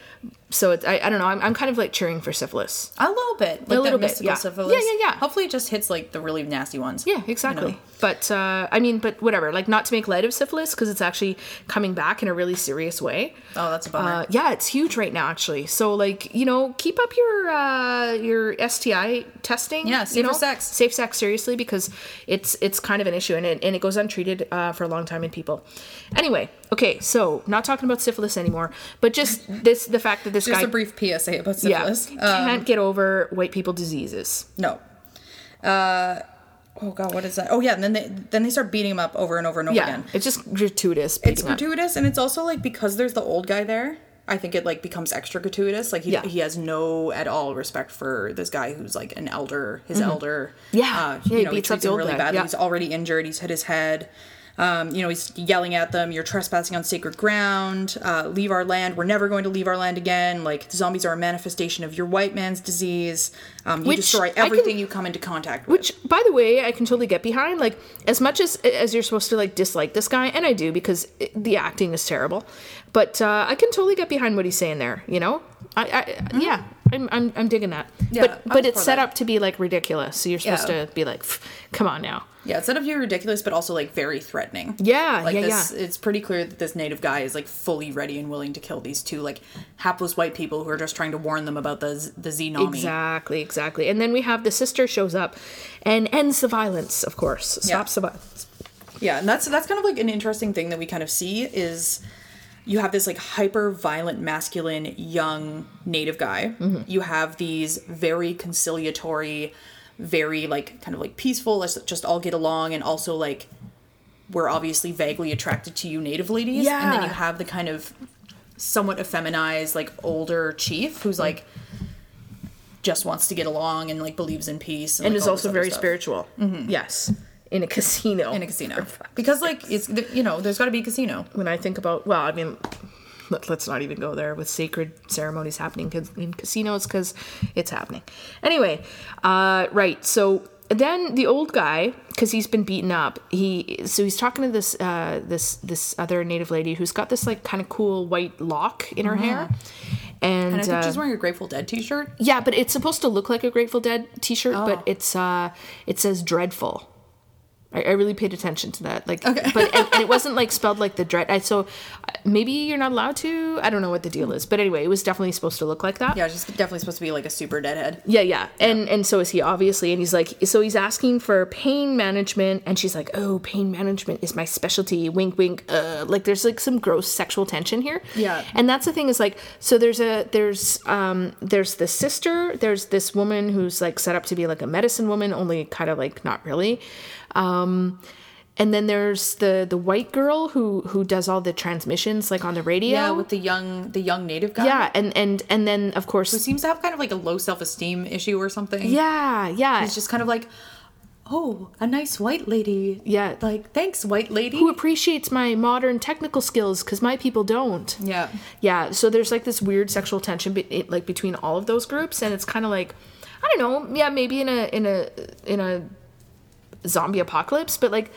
Speaker 2: So it's I, I don't know. I'm, I'm kind of like cheering for syphilis.
Speaker 1: a little bit, like
Speaker 2: little
Speaker 1: that
Speaker 2: bit,
Speaker 1: mystical
Speaker 2: yeah.
Speaker 1: syphilis.
Speaker 2: Yeah, yeah, yeah.
Speaker 1: Hopefully, it just hits like the really nasty ones.
Speaker 2: Yeah, exactly.
Speaker 1: know.
Speaker 2: But uh, I mean, but whatever. Like, not to make light of syphilis because it's actually coming back in a really serious way.
Speaker 1: Oh, that's a bummer.
Speaker 2: Uh, yeah, it's huge right now, actually. So, like, you know, keep up your uh, your STI testing.
Speaker 1: Yeah,
Speaker 2: you
Speaker 1: safer
Speaker 2: know?
Speaker 1: sex.
Speaker 2: safe sex, seriously, because it's it's kind of an issue and it, and it goes untreated uh, for a long time in people. Anyway, okay, so not talking about syphilis anymore, but just this the fact that this
Speaker 1: Just
Speaker 2: guy
Speaker 1: a brief PSA about
Speaker 2: yeah,
Speaker 1: syphilis. Um,
Speaker 2: can't get over white people diseases.
Speaker 1: no. Uh, oh God, what is that? Oh yeah, and then they then they start beating him up over and over and over
Speaker 2: Yeah,
Speaker 1: again.
Speaker 2: it's just gratuitous.
Speaker 1: It's
Speaker 2: beating up.
Speaker 1: gratuitous, and it's also like because there's the old guy there. I think it like becomes extra gratuitous. Like he,
Speaker 2: Yeah.
Speaker 1: he has no at all respect for this guy who's like an elder, his elder.
Speaker 2: Mm-hmm. Yeah.
Speaker 1: uh,
Speaker 2: Yeah,
Speaker 1: you
Speaker 2: he
Speaker 1: know he
Speaker 2: beats up
Speaker 1: treats
Speaker 2: the
Speaker 1: him
Speaker 2: old
Speaker 1: really
Speaker 2: guy.
Speaker 1: badly.
Speaker 2: Yeah.
Speaker 1: He's already injured. He's hit his head. Um, you know he's yelling at them. You're trespassing on sacred ground. Uh, leave our land. We're never going to leave our land again. Like zombies are a manifestation of your white man's disease. Um, you
Speaker 2: Which I
Speaker 1: destroy
Speaker 2: can-
Speaker 1: everything you come into contact with.
Speaker 2: Which, by the way, I can totally get behind. Like, as much as as you're supposed to like dislike this guy, and I do because it, the acting is terrible, but uh, I can totally get behind what he's saying there. You know, I, I yeah, I'm, I'm I'm digging that.
Speaker 1: Mm-hmm. Yeah,
Speaker 2: but
Speaker 1: I'm
Speaker 2: but it's
Speaker 1: for
Speaker 2: set
Speaker 1: that.
Speaker 2: up to be like ridiculous, so you're supposed
Speaker 1: Yeah.
Speaker 2: to be like, "Pff, come on now.
Speaker 1: Yeah, it's sort of ridiculous, but also like very threatening.
Speaker 2: Yeah,
Speaker 1: like
Speaker 2: yeah,
Speaker 1: this,
Speaker 2: yeah.
Speaker 1: It's pretty clear that this native guy is like fully ready and willing to kill these two like hapless white people who are just trying to warn them about the z- the Xenami.
Speaker 2: Exactly, exactly. And then we have the sister shows up, and ends the violence. Of course, stops the violence.
Speaker 1: Yeah, and that's that's kind of like an interesting thing that we kind of see is you have this like hyper violent masculine young native guy
Speaker 2: Mm-hmm.
Speaker 1: you have these very conciliatory very like kind of like peaceful let's just all get along and also like we're obviously vaguely attracted to you native ladies and then
Speaker 2: Yeah.
Speaker 1: you have the kind of somewhat effeminized like older chief
Speaker 2: Mm-hmm.
Speaker 1: who's like just wants to get along and like believes in peace
Speaker 2: and
Speaker 1: like,
Speaker 2: is
Speaker 1: all this
Speaker 2: also
Speaker 1: other
Speaker 2: very
Speaker 1: stuff. Mm-hmm.
Speaker 2: spiritual. Yes, in a casino.
Speaker 1: in a casino because like it's you know there's got to be a casino
Speaker 2: when I think about, well, I mean, let, let's not even go there with sacred ceremonies happening ca- in casinos because it's happening. Anyway, uh, right. So then the old guy, because he's been beaten up, he so he's talking to this uh, this this other native lady who's got this like kind of cool white lock in her hair, and,
Speaker 1: Mm-hmm. and i think
Speaker 2: uh,
Speaker 1: she's wearing a grateful dead t-shirt
Speaker 2: yeah, but it's supposed to look like a Grateful Dead T-shirt, but it's uh, it says dreadful. I, I really paid attention to that. Like, but and, and it wasn't like spelled like the dread. I, so uh, maybe you're not allowed to. I don't know what the deal is, but anyway, it was definitely supposed to look like that.
Speaker 1: yeah she's definitely supposed to be like a super deadhead
Speaker 2: Yeah, yeah. And and so is he obviously and he's like so he's asking for pain management and she's like, "Oh, pain management is my specialty." Wink wink. Uh like there's like some gross sexual tension here.
Speaker 1: Yeah.
Speaker 2: And that's the thing is like so there's a there's um there's the sister, there's this woman who's like set up to be like a medicine woman, only kind of like not really. Um and then there's the the white girl who who does all the transmissions like on the radio.
Speaker 1: yeah with the young the young native guy
Speaker 2: yeah, and and and then of course
Speaker 1: seems to have kind of like a low self-esteem issue or something
Speaker 2: yeah, yeah.
Speaker 1: it's just kind of like oh a nice white lady
Speaker 2: Yeah.
Speaker 1: like thanks white lady
Speaker 2: who appreciates my modern technical skills because my people don't.
Speaker 1: yeah
Speaker 2: Yeah, so there's like this weird sexual tension be- it- like between all of those groups, and it's kind of like, I don't know, yeah, maybe in a in a in a zombie apocalypse, but like,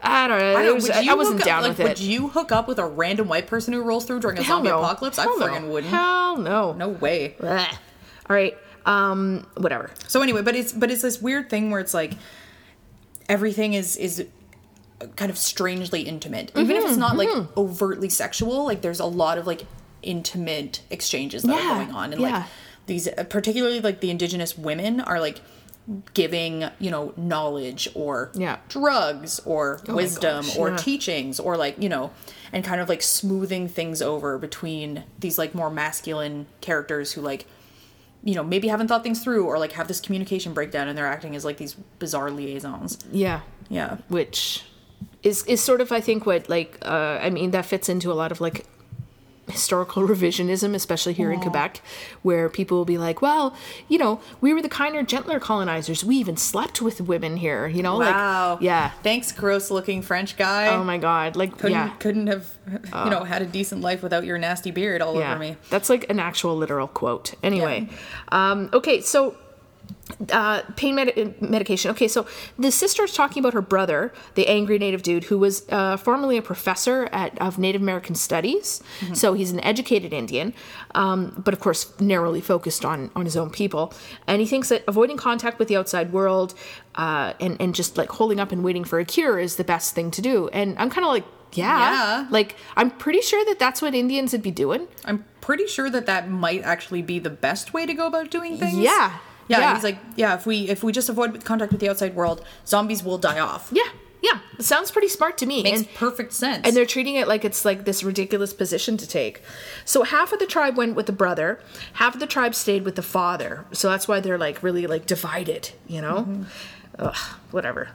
Speaker 2: I don't know.
Speaker 1: I,
Speaker 2: I,
Speaker 1: don't,
Speaker 2: was,
Speaker 1: would
Speaker 2: I,
Speaker 1: you
Speaker 2: I wasn't
Speaker 1: hook up-
Speaker 2: down
Speaker 1: like,
Speaker 2: with
Speaker 1: would
Speaker 2: it.
Speaker 1: you hook up with a random white person who rolls through during a
Speaker 2: Hell
Speaker 1: zombie
Speaker 2: no.
Speaker 1: apocalypse?
Speaker 2: Hell
Speaker 1: I
Speaker 2: no.
Speaker 1: friggin' wouldn't.
Speaker 2: Hell no.
Speaker 1: No way.
Speaker 2: Blech. All right. Um. Whatever.
Speaker 1: So anyway, but it's but it's this weird thing where it's like everything is is kind of strangely intimate. Even if it's not like
Speaker 2: Mm-hmm.
Speaker 1: overtly sexual, like there's a lot of like intimate exchanges that
Speaker 2: Yeah,
Speaker 1: are going on and
Speaker 2: yeah.
Speaker 1: like these uh, particularly like the indigenous women are like giving, you know, knowledge or
Speaker 2: Yeah.
Speaker 1: drugs or wisdom
Speaker 2: gosh,
Speaker 1: or
Speaker 2: yeah.
Speaker 1: teachings or like, you know, and kind of like smoothing things over between these like more masculine characters who like you know maybe haven't thought things through or like have this communication breakdown and they're acting as like these bizarre liaisons
Speaker 2: Yeah.
Speaker 1: yeah
Speaker 2: which is is sort of I think what like uh, I mean that fits into a lot of like historical revisionism, especially here in Quebec, where people will be like, well, you know, we were the kinder, gentler colonizers. We even slept with women here, you know,
Speaker 1: wow
Speaker 2: like yeah.
Speaker 1: thanks gross looking french guy
Speaker 2: Oh my god, like
Speaker 1: couldn't,
Speaker 2: yeah. Oh.
Speaker 1: couldn't have you know had a decent life without your nasty beard all
Speaker 2: yeah.
Speaker 1: over me
Speaker 2: That's like an actual literal quote. Anyway, um, okay, so uh, pain med- medication. Okay, so the sister's talking about her brother, the angry Native dude, who was uh, formerly a professor at of Native American Studies.
Speaker 1: Mm-hmm.
Speaker 2: So he's an educated Indian, um, but of course narrowly focused on on his own people. And he thinks that avoiding contact with the outside world uh, and and just like holding up and waiting for a cure is the best thing to do. And I'm kind of like. Yeah.
Speaker 1: Yeah.
Speaker 2: Like, I'm pretty sure that that's what Indians would be doing.
Speaker 1: i'm pretty sure that that might actually be the best way to go about doing things
Speaker 2: Yeah.
Speaker 1: yeah,
Speaker 2: Yeah.
Speaker 1: he's like yeah if we if we just avoid contact with the outside world zombies will die off
Speaker 2: Yeah. Yeah. It sounds pretty smart to me.
Speaker 1: makes
Speaker 2: and
Speaker 1: perfect sense
Speaker 2: and they're treating it like it's like this ridiculous position to take. So half of the tribe went with the brother, half of the tribe stayed with the father. So that's why they're like really like divided, you know? Ugh, whatever.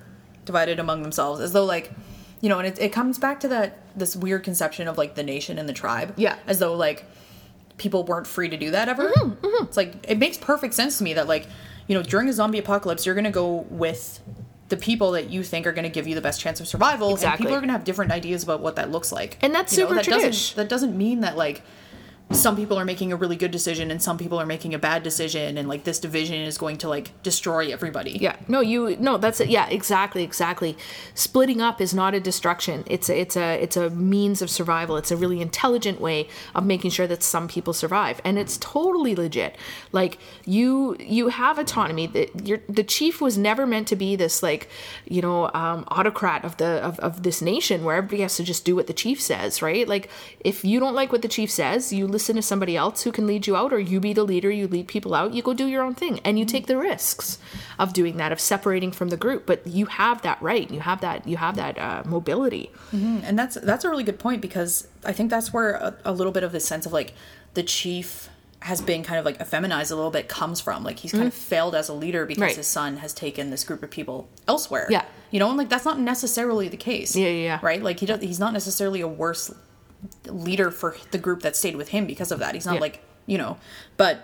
Speaker 1: divided among themselves as though like you know and it, it comes back to that this weird conception of like the nation and the tribe
Speaker 2: Yeah.
Speaker 1: as though like people weren't free to do that ever
Speaker 2: Mm-hmm,
Speaker 1: it's like it makes perfect sense to me that like you know during a zombie apocalypse you're gonna go with the people that you think are gonna give you the best chance of survival and
Speaker 2: Exactly.
Speaker 1: people are gonna have different ideas about what that looks like
Speaker 2: And that's
Speaker 1: You know,
Speaker 2: super
Speaker 1: that doesn't,
Speaker 2: tradish.
Speaker 1: that doesn't mean that like some people are making a really good decision and some people are making a bad decision and like this division is going to like destroy everybody
Speaker 2: Yeah. No, you no, that's it. Yeah, exactly, exactly. Splitting up is not a destruction. It's a, it's a it's a means of survival. It's a really intelligent way of making sure that some people survive. And it's totally legit. Like you you have autonomy. The your the chief was never meant to be this like, you know, um, autocrat of the of, of this nation where everybody has to just do what the chief says, right? Like if you don't like what the chief says, you listen to somebody else who can lead you out, or you be the leader, you lead people out, you go do your own thing. And you take the risks of doing that, of separating from the group. But you have that right. You have that, you have that uh, mobility.
Speaker 1: and that's that's a really good point because I think that's where a, a little bit of this sense of like the chief has been kind of like effeminized a little bit comes from. Like he's kind of failed as a leader because
Speaker 2: Mm. Right.
Speaker 1: his son has taken this group of people elsewhere.
Speaker 2: Yeah.
Speaker 1: you know, and like that's not necessarily the case.
Speaker 2: Yeah, yeah, yeah.
Speaker 1: right. Like he does, he's not necessarily a worse leader for the group that stayed with him because of that. He's not
Speaker 2: Yeah.
Speaker 1: like you know, but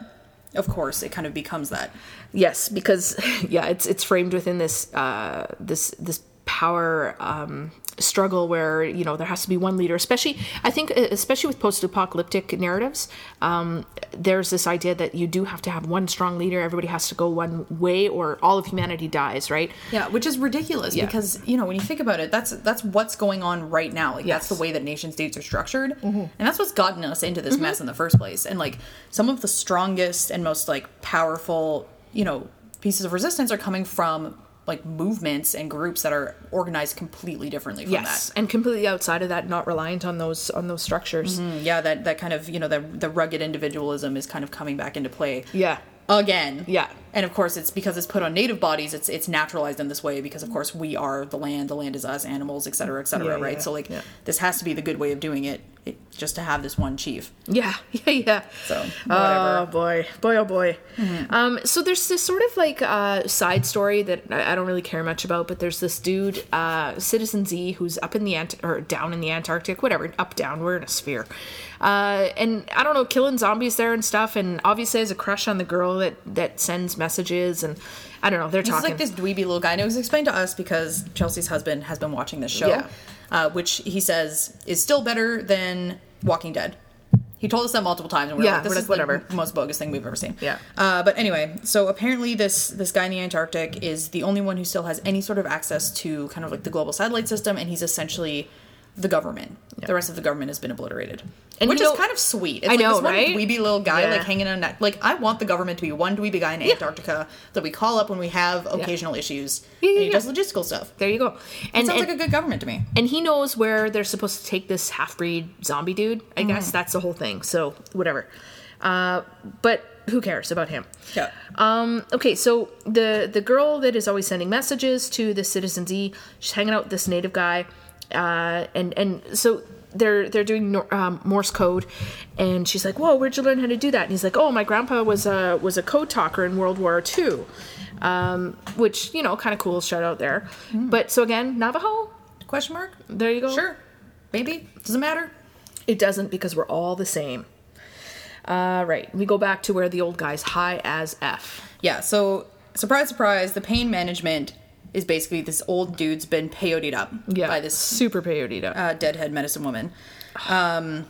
Speaker 1: of course it kind of becomes that.
Speaker 2: Yes, because yeah, it's it's framed within this uh, this this power um, struggle where you know there has to be one leader. Especially, I think, uh, especially with post-apocalyptic narratives, um, there's this idea that you do have to have one strong leader. Everybody has to go one way, or all of humanity dies. Right?
Speaker 1: Yeah, which is ridiculous
Speaker 2: Yeah.
Speaker 1: because you know when you think about it, that's that's what's going on right now. Like
Speaker 2: Yes. Mm-hmm.
Speaker 1: that's the way that nation states are structured, and that's what's gotten us into this mess in the first place. And like some of the strongest and most like powerful, you know, pieces of resistance are coming from like movements and groups that are organized completely differently from
Speaker 2: Yes, and completely outside of that, not reliant on those on those structures.
Speaker 1: that. Mm, Yeah, that that kind of you know the the rugged individualism is kind of coming back into play.
Speaker 2: Yeah.
Speaker 1: Again,
Speaker 2: Yeah.
Speaker 1: and of course it's because it's put on native bodies. It's it's naturalized in this way because of course we are the land. The land is us, animals, et cetera, et cetera.
Speaker 2: Yeah,
Speaker 1: right.
Speaker 2: yeah,
Speaker 1: so like
Speaker 2: yeah.
Speaker 1: this has to be the good way of doing it, it, just to have this one chief.
Speaker 2: Yeah, yeah, yeah.
Speaker 1: So,
Speaker 2: oh
Speaker 1: whatever. Mm-hmm.
Speaker 2: boy, boy, oh boy. Um, so there's this sort of like uh, side story that I, I don't really care much about, but there's this dude, uh, Citizen Z, who's up in the Ant or down in the Antarctic, whatever, up down. We're in a sphere, uh, and I don't know, killing zombies there and stuff, and obviously has a crush on the girl that that sends messages, and I don't know, they're
Speaker 1: He's
Speaker 2: talking.
Speaker 1: like this dweeby little guy, and it was explained to us because Chelsea's husband has been watching this show,
Speaker 2: Yeah.
Speaker 1: uh, which he says is still better than Walking Dead. He told us that multiple times, and we we're
Speaker 2: Yeah,
Speaker 1: like, "This
Speaker 2: we're
Speaker 1: is
Speaker 2: like, whatever."
Speaker 1: the most bogus thing we've ever seen."
Speaker 2: Yeah.
Speaker 1: Uh, but anyway, so apparently this this guy in the Antarctic is the only one who still has any sort of access to kind of like the global satellite system, and he's essentially the government. The rest of the government has been obliterated,
Speaker 2: And
Speaker 1: which
Speaker 2: you know-
Speaker 1: is kind of sweet. It's
Speaker 2: I
Speaker 1: like
Speaker 2: know,
Speaker 1: this one
Speaker 2: right?
Speaker 1: Dweeby little guy
Speaker 2: Yeah.
Speaker 1: like hanging on that. Like I want the government to be one dweeby guy in Antarctica that we call up when we have occasional issues.
Speaker 2: Yeah, yeah,
Speaker 1: and he
Speaker 2: yeah.
Speaker 1: does logistical stuff.
Speaker 2: there you go. And,
Speaker 1: Sounds
Speaker 2: and-
Speaker 1: like a good government to me.
Speaker 2: and he knows where they're supposed to take this half breed zombie dude. I guess that's the whole thing. So whatever. Uh, but who cares about him?
Speaker 1: Yeah.
Speaker 2: Um, okay, so the the girl that is always sending messages to the Citizen Z, she's hanging out with this native guy, uh, and and so they're they're doing nor- um, Morse code, and she's like, "Whoa, where'd you learn how to do that?" And he's like, "Oh, my grandpa was a was a code talker in World War II," um, which you know, kind of cool. Shout out there. But so again, Navajo.
Speaker 1: Question mark?
Speaker 2: There you go.
Speaker 1: Sure. Maybe. Doesn't matter.
Speaker 2: It doesn't because we're all the same. Uh, right. We go back to where the old guy's high as F.
Speaker 1: Yeah, so surprise, surprise, the pain management is basically this old dude's been peyoted up
Speaker 2: Yeah.
Speaker 1: by this
Speaker 2: super peyote.
Speaker 1: uh, deadhead medicine woman. Um,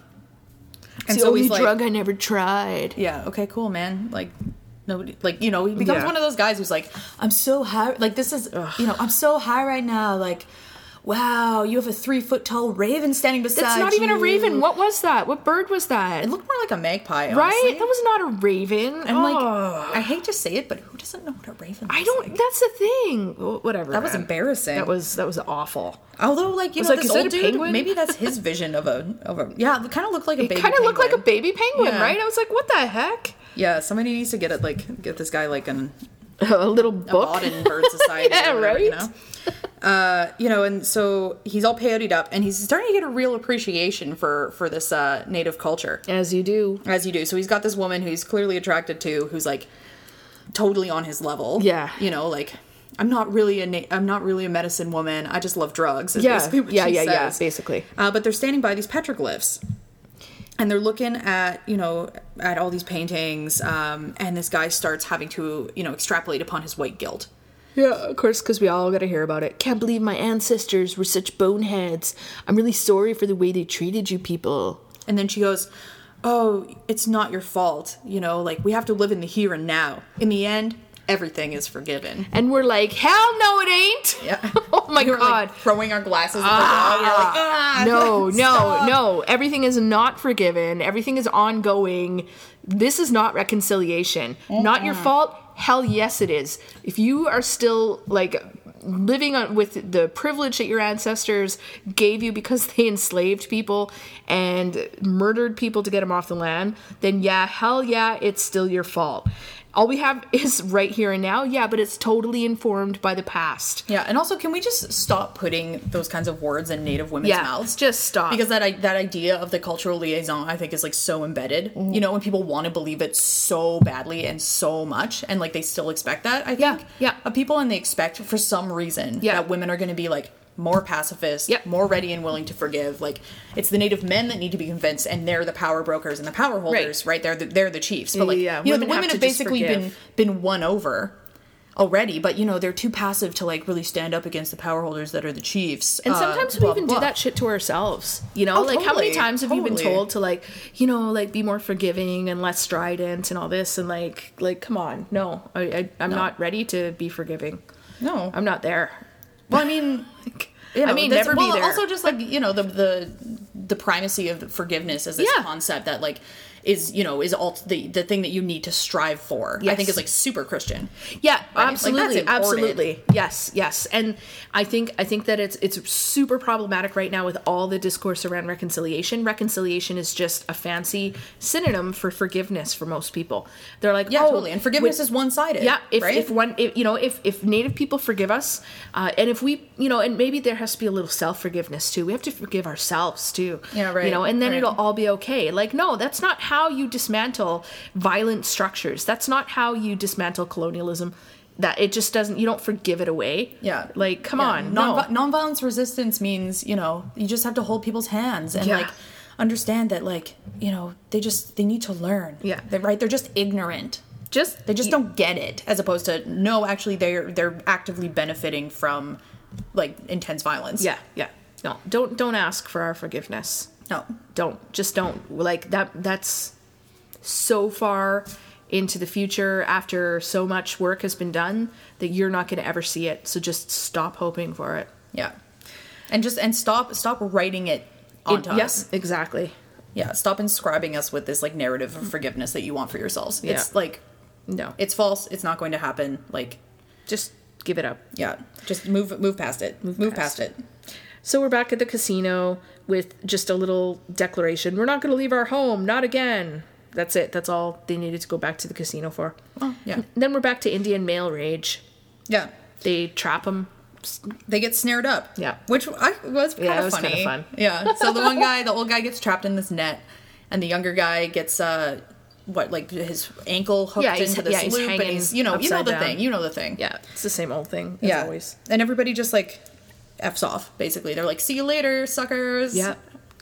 Speaker 1: and
Speaker 2: It's the only oh, drug I never tried.
Speaker 1: yeah, okay, cool, man. Like nobody, like you know, he becomes
Speaker 2: Yeah.
Speaker 1: one of those guys who's like, I'm so high. Like this is, you know, I'm so high right now. Like, wow, you have a three foot tall raven standing beside.
Speaker 2: That's not even a
Speaker 1: you."
Speaker 2: raven. What was that? What bird was that?
Speaker 1: It looked more like a magpie, honestly.
Speaker 2: right? That was not a raven.
Speaker 1: And like,
Speaker 2: Oh.
Speaker 1: I hate to say it, but who doesn't know what a raven?
Speaker 2: I
Speaker 1: looks
Speaker 2: don't.
Speaker 1: Like?
Speaker 2: that's the thing. Wh- Whatever.
Speaker 1: That was
Speaker 2: man.
Speaker 1: embarrassing.
Speaker 2: That was that was awful.
Speaker 1: Although, like you
Speaker 2: was
Speaker 1: know,
Speaker 2: like,
Speaker 1: this
Speaker 2: is that
Speaker 1: old
Speaker 2: a
Speaker 1: dude,
Speaker 2: penguin?
Speaker 1: maybe that's his vision of a of a yeah. It kind of looked like a
Speaker 2: It
Speaker 1: baby.
Speaker 2: kind of looked like a
Speaker 1: penguin.
Speaker 2: baby penguin,
Speaker 1: Yeah.
Speaker 2: right? I was like, what the heck?
Speaker 1: Yeah, somebody needs to get it like get this guy like an
Speaker 2: A little book.
Speaker 1: Auden Bird Society. or
Speaker 2: Yeah,
Speaker 1: whatever, You
Speaker 2: right?
Speaker 1: know? Uh, you know, and so he's all peyoted up, and he's starting to get a real appreciation for for this uh, native culture.
Speaker 2: As you do.
Speaker 1: as you do. So he's got this woman who he's clearly attracted to, who's like totally on his level.
Speaker 2: Yeah.
Speaker 1: you know, like I'm not really a na- I'm not really a medicine woman. I just love drugs. Is
Speaker 2: Yeah.
Speaker 1: basically what
Speaker 2: Yeah,
Speaker 1: she
Speaker 2: yeah, yeah,
Speaker 1: says.
Speaker 2: basically.
Speaker 1: Uh, but they're standing by these petroglyphs. And they're looking at you know at all these paintings, um, and this guy starts having to you know extrapolate upon his white guilt.
Speaker 2: Yeah, of course, because we all got to hear about it. Can't believe my ancestors were such boneheads. I'm really sorry for the way they treated you people.
Speaker 1: And then she goes, "Oh, it's not your fault. You know, like we have to live in the here and now. In the end, everything is forgiven."
Speaker 2: And we're like, hell no, it ain't.
Speaker 1: Yeah.
Speaker 2: oh my
Speaker 1: We were, like,
Speaker 2: god.
Speaker 1: throwing our glasses at the wall. We were like, ah,
Speaker 2: no, no,
Speaker 1: stop."
Speaker 2: no. Everything is not forgiven. Everything is ongoing. This is not reconciliation. Not your fault. Hell yes, it is. If you are still like living on, with the privilege that your ancestors gave you because they enslaved people and murdered people to get them off the land, then yeah, hell yeah, it's still your fault. All we have is right here and now, yeah, but it's totally informed by the past.
Speaker 1: Yeah, and also, can we just stop putting those kinds of words in Native women's
Speaker 2: Yeah,
Speaker 1: mouths?
Speaker 2: just stop.
Speaker 1: because that I, that idea of the cultural liaison, I think, is like so embedded.
Speaker 2: Mm-hmm.
Speaker 1: You know, when people want to believe it so badly and so much, and like they still expect that. I
Speaker 2: Yeah,
Speaker 1: think,
Speaker 2: yeah.
Speaker 1: of people, and they expect for some reason
Speaker 2: Yeah.
Speaker 1: that women are going to be like more pacifist,
Speaker 2: Yep.
Speaker 1: more ready and willing to forgive. Like it's the Native men that need to be convinced, and they're the power brokers and the power holders, right? They're the, they're the chiefs, but like
Speaker 2: Yeah, yeah, yeah.
Speaker 1: you know, the
Speaker 2: Women have
Speaker 1: women
Speaker 2: to
Speaker 1: have
Speaker 2: just
Speaker 1: basically been
Speaker 2: forgive.
Speaker 1: been won over already, but you know, they're too passive to like really stand up against the power holders that are the chiefs.
Speaker 2: And
Speaker 1: uh,
Speaker 2: sometimes we
Speaker 1: blah,
Speaker 2: even
Speaker 1: blah.
Speaker 2: do that shit to ourselves. You know,
Speaker 1: Oh,
Speaker 2: like how many
Speaker 1: totally,
Speaker 2: times have you been
Speaker 1: totally.
Speaker 2: told to like, you know, like be more forgiving and less strident and all this and like, like come on, no, I, I I'm not ready to be forgiving.
Speaker 1: No.
Speaker 2: I'm not there.
Speaker 1: Well, I mean,
Speaker 2: I
Speaker 1: know,
Speaker 2: mean,
Speaker 1: that's-
Speaker 2: never be
Speaker 1: well,
Speaker 2: there.
Speaker 1: Also, just like you know, the the the primacy of forgiveness is this
Speaker 2: Yeah.
Speaker 1: concept that like is you know is all the the thing that you need to strive for. I
Speaker 2: Yes.
Speaker 1: think is like super Christian.
Speaker 2: Yeah,
Speaker 1: Like, that's
Speaker 2: absolutely,
Speaker 1: important.
Speaker 2: absolutely. Yes, yes. And I think I think that it's it's super problematic right now with all the discourse around reconciliation. Reconciliation is just a fancy synonym for forgiveness for most people. They're like,
Speaker 1: Yeah,
Speaker 2: oh,
Speaker 1: totally. And forgiveness
Speaker 2: with-
Speaker 1: is one sided.
Speaker 2: Yeah, if,
Speaker 1: eh, right?
Speaker 2: if one, if, you know, if if Native people forgive us, uh, and if we, you know, and maybe there has to be a little self forgiveness too. We have to forgive ourselves too.
Speaker 1: Yeah, right,
Speaker 2: You know, and then
Speaker 1: right.
Speaker 2: it'll all be okay. Like, no, that's not how you dismantle violent structures. That's not how you dismantle colonialism. That it just doesn't. You don't forgive it away.
Speaker 1: Yeah.
Speaker 2: Like, come
Speaker 1: Yeah.
Speaker 2: on. No.
Speaker 1: Non- Nonviolence resistance means, you know, you just have to hold people's hands and
Speaker 2: Yeah.
Speaker 1: like understand that like, you know, they just they need to learn.
Speaker 2: Yeah.
Speaker 1: They're right. They're just ignorant.
Speaker 2: just
Speaker 1: They just don't get it as opposed to no, actually they're they're actively benefiting from like intense violence.
Speaker 2: Yeah. Yeah. No. Don't don't ask for our forgiveness.
Speaker 1: No.
Speaker 2: don't just don't like that that's so far into the future after so much work has been done that you're not going to ever see it so just stop hoping for it
Speaker 1: Yeah. And just and stop stop writing it onto
Speaker 2: It- yes
Speaker 1: us.
Speaker 2: exactly
Speaker 1: Yeah. Stop inscribing us with this like narrative of forgiveness that you want for yourselves.
Speaker 2: Yeah.
Speaker 1: It's like
Speaker 2: no
Speaker 1: it's false. It's not going to happen. Like
Speaker 2: just give it up
Speaker 1: yeah. Just move move past it. Move, past
Speaker 2: past.
Speaker 1: it.
Speaker 2: so we're back at the casino with just a little declaration we're not going to leave our home not again that's it that's all they needed to go back to the casino for
Speaker 1: Oh, yeah.
Speaker 2: then we're back to indian male rage
Speaker 1: Yeah.
Speaker 2: they trap him
Speaker 1: They get snared up.
Speaker 2: Yeah.
Speaker 1: Which I, was kind
Speaker 2: Yeah, it
Speaker 1: of
Speaker 2: was kinda
Speaker 1: funny.
Speaker 2: fun.
Speaker 1: Yeah. So the one guy, the old guy gets trapped in this net and the younger guy gets uh what like his ankle hooked
Speaker 2: Yeah, he's-
Speaker 1: into this
Speaker 2: yeah, he's
Speaker 1: loop and
Speaker 2: hanging
Speaker 1: he's you know, you know
Speaker 2: upside
Speaker 1: the
Speaker 2: down.
Speaker 1: thing, you know the thing.
Speaker 2: yeah it's the same old thing as
Speaker 1: Yeah.
Speaker 2: always
Speaker 1: And everybody just like f's off basically. They're like see you later, suckers.
Speaker 2: Yeah.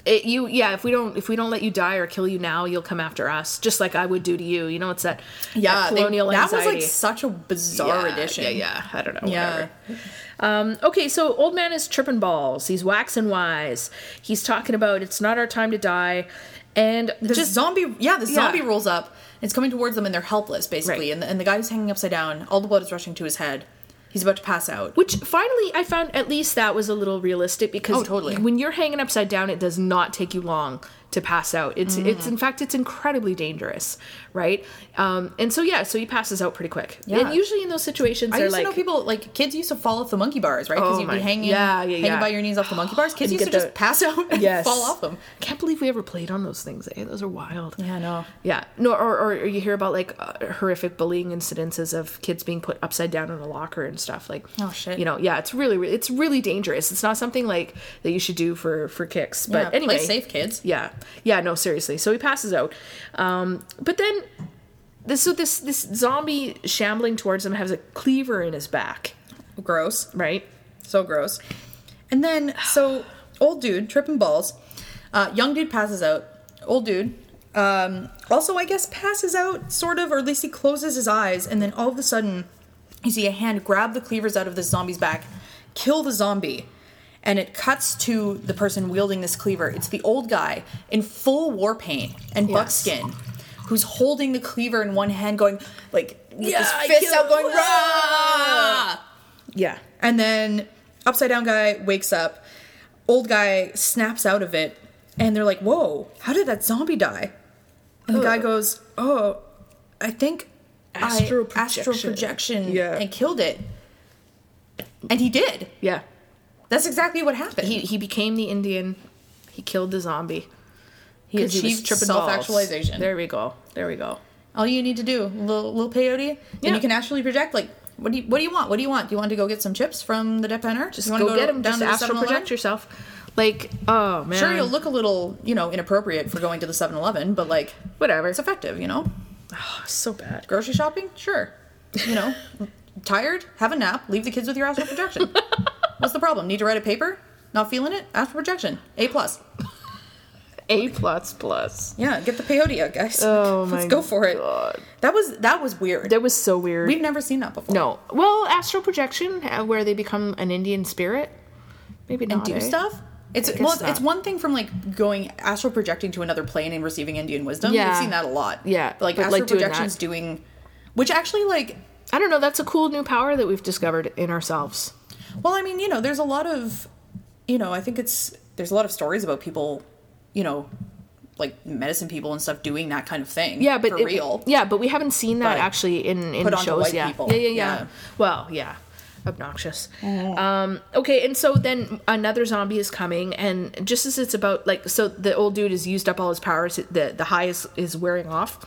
Speaker 2: It, you yeah if we don't if we don't let you die or kill you now you'll come after us just like I would do to you you know it's that
Speaker 1: Yeah.
Speaker 2: that
Speaker 1: they-
Speaker 2: colonial
Speaker 1: that was
Speaker 2: anxiety
Speaker 1: like such a bizarre
Speaker 2: yeah,
Speaker 1: addition.
Speaker 2: yeah yeah I don't know
Speaker 1: Yeah.
Speaker 2: whatever. um okay so old man is tripping balls he's waxing wise he's talking about it's not our time to die and
Speaker 1: the
Speaker 2: just
Speaker 1: zombie yeah the
Speaker 2: Yeah.
Speaker 1: zombie rolls up it's coming towards them and they're helpless basically
Speaker 2: Right.
Speaker 1: and, the, and the guy who's hanging upside down all the blood is rushing to his head he's about to pass out
Speaker 2: which finally I found at least that was a little realistic because
Speaker 1: Oh, totally.
Speaker 2: when you're hanging upside down it does not take you long to pass out it's
Speaker 1: Mm.
Speaker 2: it's in fact it's incredibly dangerous right um and so yeah so he passes out pretty quick
Speaker 1: Yeah.
Speaker 2: and usually in those situations
Speaker 1: I
Speaker 2: they're
Speaker 1: used
Speaker 2: like
Speaker 1: to know people like kids used to fall off the monkey bars, right? Because
Speaker 2: Oh
Speaker 1: you'd
Speaker 2: my-
Speaker 1: be hanging,
Speaker 2: yeah, yeah,
Speaker 1: hanging
Speaker 2: yeah.
Speaker 1: by your knees off the monkey bars. Kids
Speaker 2: And
Speaker 1: used to
Speaker 2: get
Speaker 1: just
Speaker 2: the-
Speaker 1: pass out and
Speaker 2: Yes.
Speaker 1: fall off them.
Speaker 2: can't believe we ever played on those things eh those are wild
Speaker 1: Yeah, no.
Speaker 2: yeah no or, or, or you hear about like uh, horrific bullying incidences of kids being put upside down in a locker and stuff like
Speaker 1: Oh, shit.
Speaker 2: you know yeah it's really re- it's really dangerous it's not something like that you should do for for kicks but
Speaker 1: yeah,
Speaker 2: anyway
Speaker 1: play safe kids.
Speaker 2: yeah yeah no seriously so he passes out um but then this so this this zombie shambling towards him has a cleaver in his back
Speaker 1: Gross,
Speaker 2: right
Speaker 1: so gross. And then so old dude tripping balls, uh, young dude passes out. Old dude um, also, I guess, passes out sort of, or at least he closes his eyes, and then all of a sudden, you see a hand grab the cleavers out of this zombie's back, kill the zombie, and it cuts to the person wielding this cleaver. It's the old guy in full war paint and buckskin who's holding the cleaver in one hand, going like with
Speaker 2: Yeah, I
Speaker 1: his fists
Speaker 2: killed-
Speaker 1: out, going
Speaker 2: Ah!
Speaker 1: rah!
Speaker 2: yeah
Speaker 1: And then upside down guy wakes up, old guy snaps out of it, and they're like, "Whoa, how did that zombie die?" And the guy
Speaker 2: Ugh.
Speaker 1: goff "Oh, I think
Speaker 2: Astral
Speaker 1: I astral
Speaker 2: projection."
Speaker 1: projection
Speaker 2: Yeah.
Speaker 1: and killed it." And he did.
Speaker 2: Yeah.
Speaker 1: That's exactly what happened.
Speaker 2: He he became the Indian. He killed the zombie. He
Speaker 1: Achieved self-actualization.
Speaker 2: There we go. There we go.
Speaker 1: All you need to do, little, little peyote, and
Speaker 2: Yeah.
Speaker 1: you can actually project. Like, what do you what do you want? What do you want? Do you want to go get some chips from the dead penner? Just
Speaker 2: Go, get him. Just astral
Speaker 1: projector.
Speaker 2: project yourself. Like, oh man.
Speaker 1: Sure, you'll look a little, you know, inappropriate for going to the 7-Eleven, but like,
Speaker 2: Whatever.
Speaker 1: it's effective, you know.
Speaker 2: Oh, so bad.
Speaker 1: Grocery shopping, sure. You know, tired, have a nap, leave the kids with your astral projection. What's the problem? Need to write a paper? Not feeling it? Astral projection, A plus.
Speaker 2: A plus plus.
Speaker 1: Yeah, get the peyote out, guys.
Speaker 2: Oh my
Speaker 1: Let's go for it.
Speaker 2: God.
Speaker 1: That was that was weird.
Speaker 2: That was so weird.
Speaker 1: We've never seen that before.
Speaker 2: no. Well, astral projection, uh, where they become an Indian spirit. Maybe not.
Speaker 1: and do
Speaker 2: eh?
Speaker 1: stuff. It's
Speaker 2: guess
Speaker 1: well, it's, it's
Speaker 2: not.
Speaker 1: one thing from like going astral projecting to another plane and receiving Indian wisdom.
Speaker 2: Yeah.
Speaker 1: We've seen that a lot.
Speaker 2: Yeah,
Speaker 1: like
Speaker 2: but,
Speaker 1: astral
Speaker 2: like, doing that.
Speaker 1: projections doing, which actually like
Speaker 2: I don't know. That's a cool new power that we've discovered in ourselves.
Speaker 1: Well, I mean, you know, there's a lot of, you know, I think it's there's a lot of stories about people, you know, like medicine people and stuff doing that kind of thing.
Speaker 2: Yeah, but
Speaker 1: for
Speaker 2: it-
Speaker 1: real.
Speaker 2: Yeah, but we haven't seen that
Speaker 1: But
Speaker 2: actually in in
Speaker 1: put onto
Speaker 2: shows.
Speaker 1: white
Speaker 2: Yeah.
Speaker 1: people.
Speaker 2: yeah, yeah, yeah,
Speaker 1: Yeah. Mm-hmm.
Speaker 2: Well, yeah, obnoxious. Um, okay, and so then another zombie is coming, and just as it's about like, so the old dude has used up all his powers. The the high is is wearing off.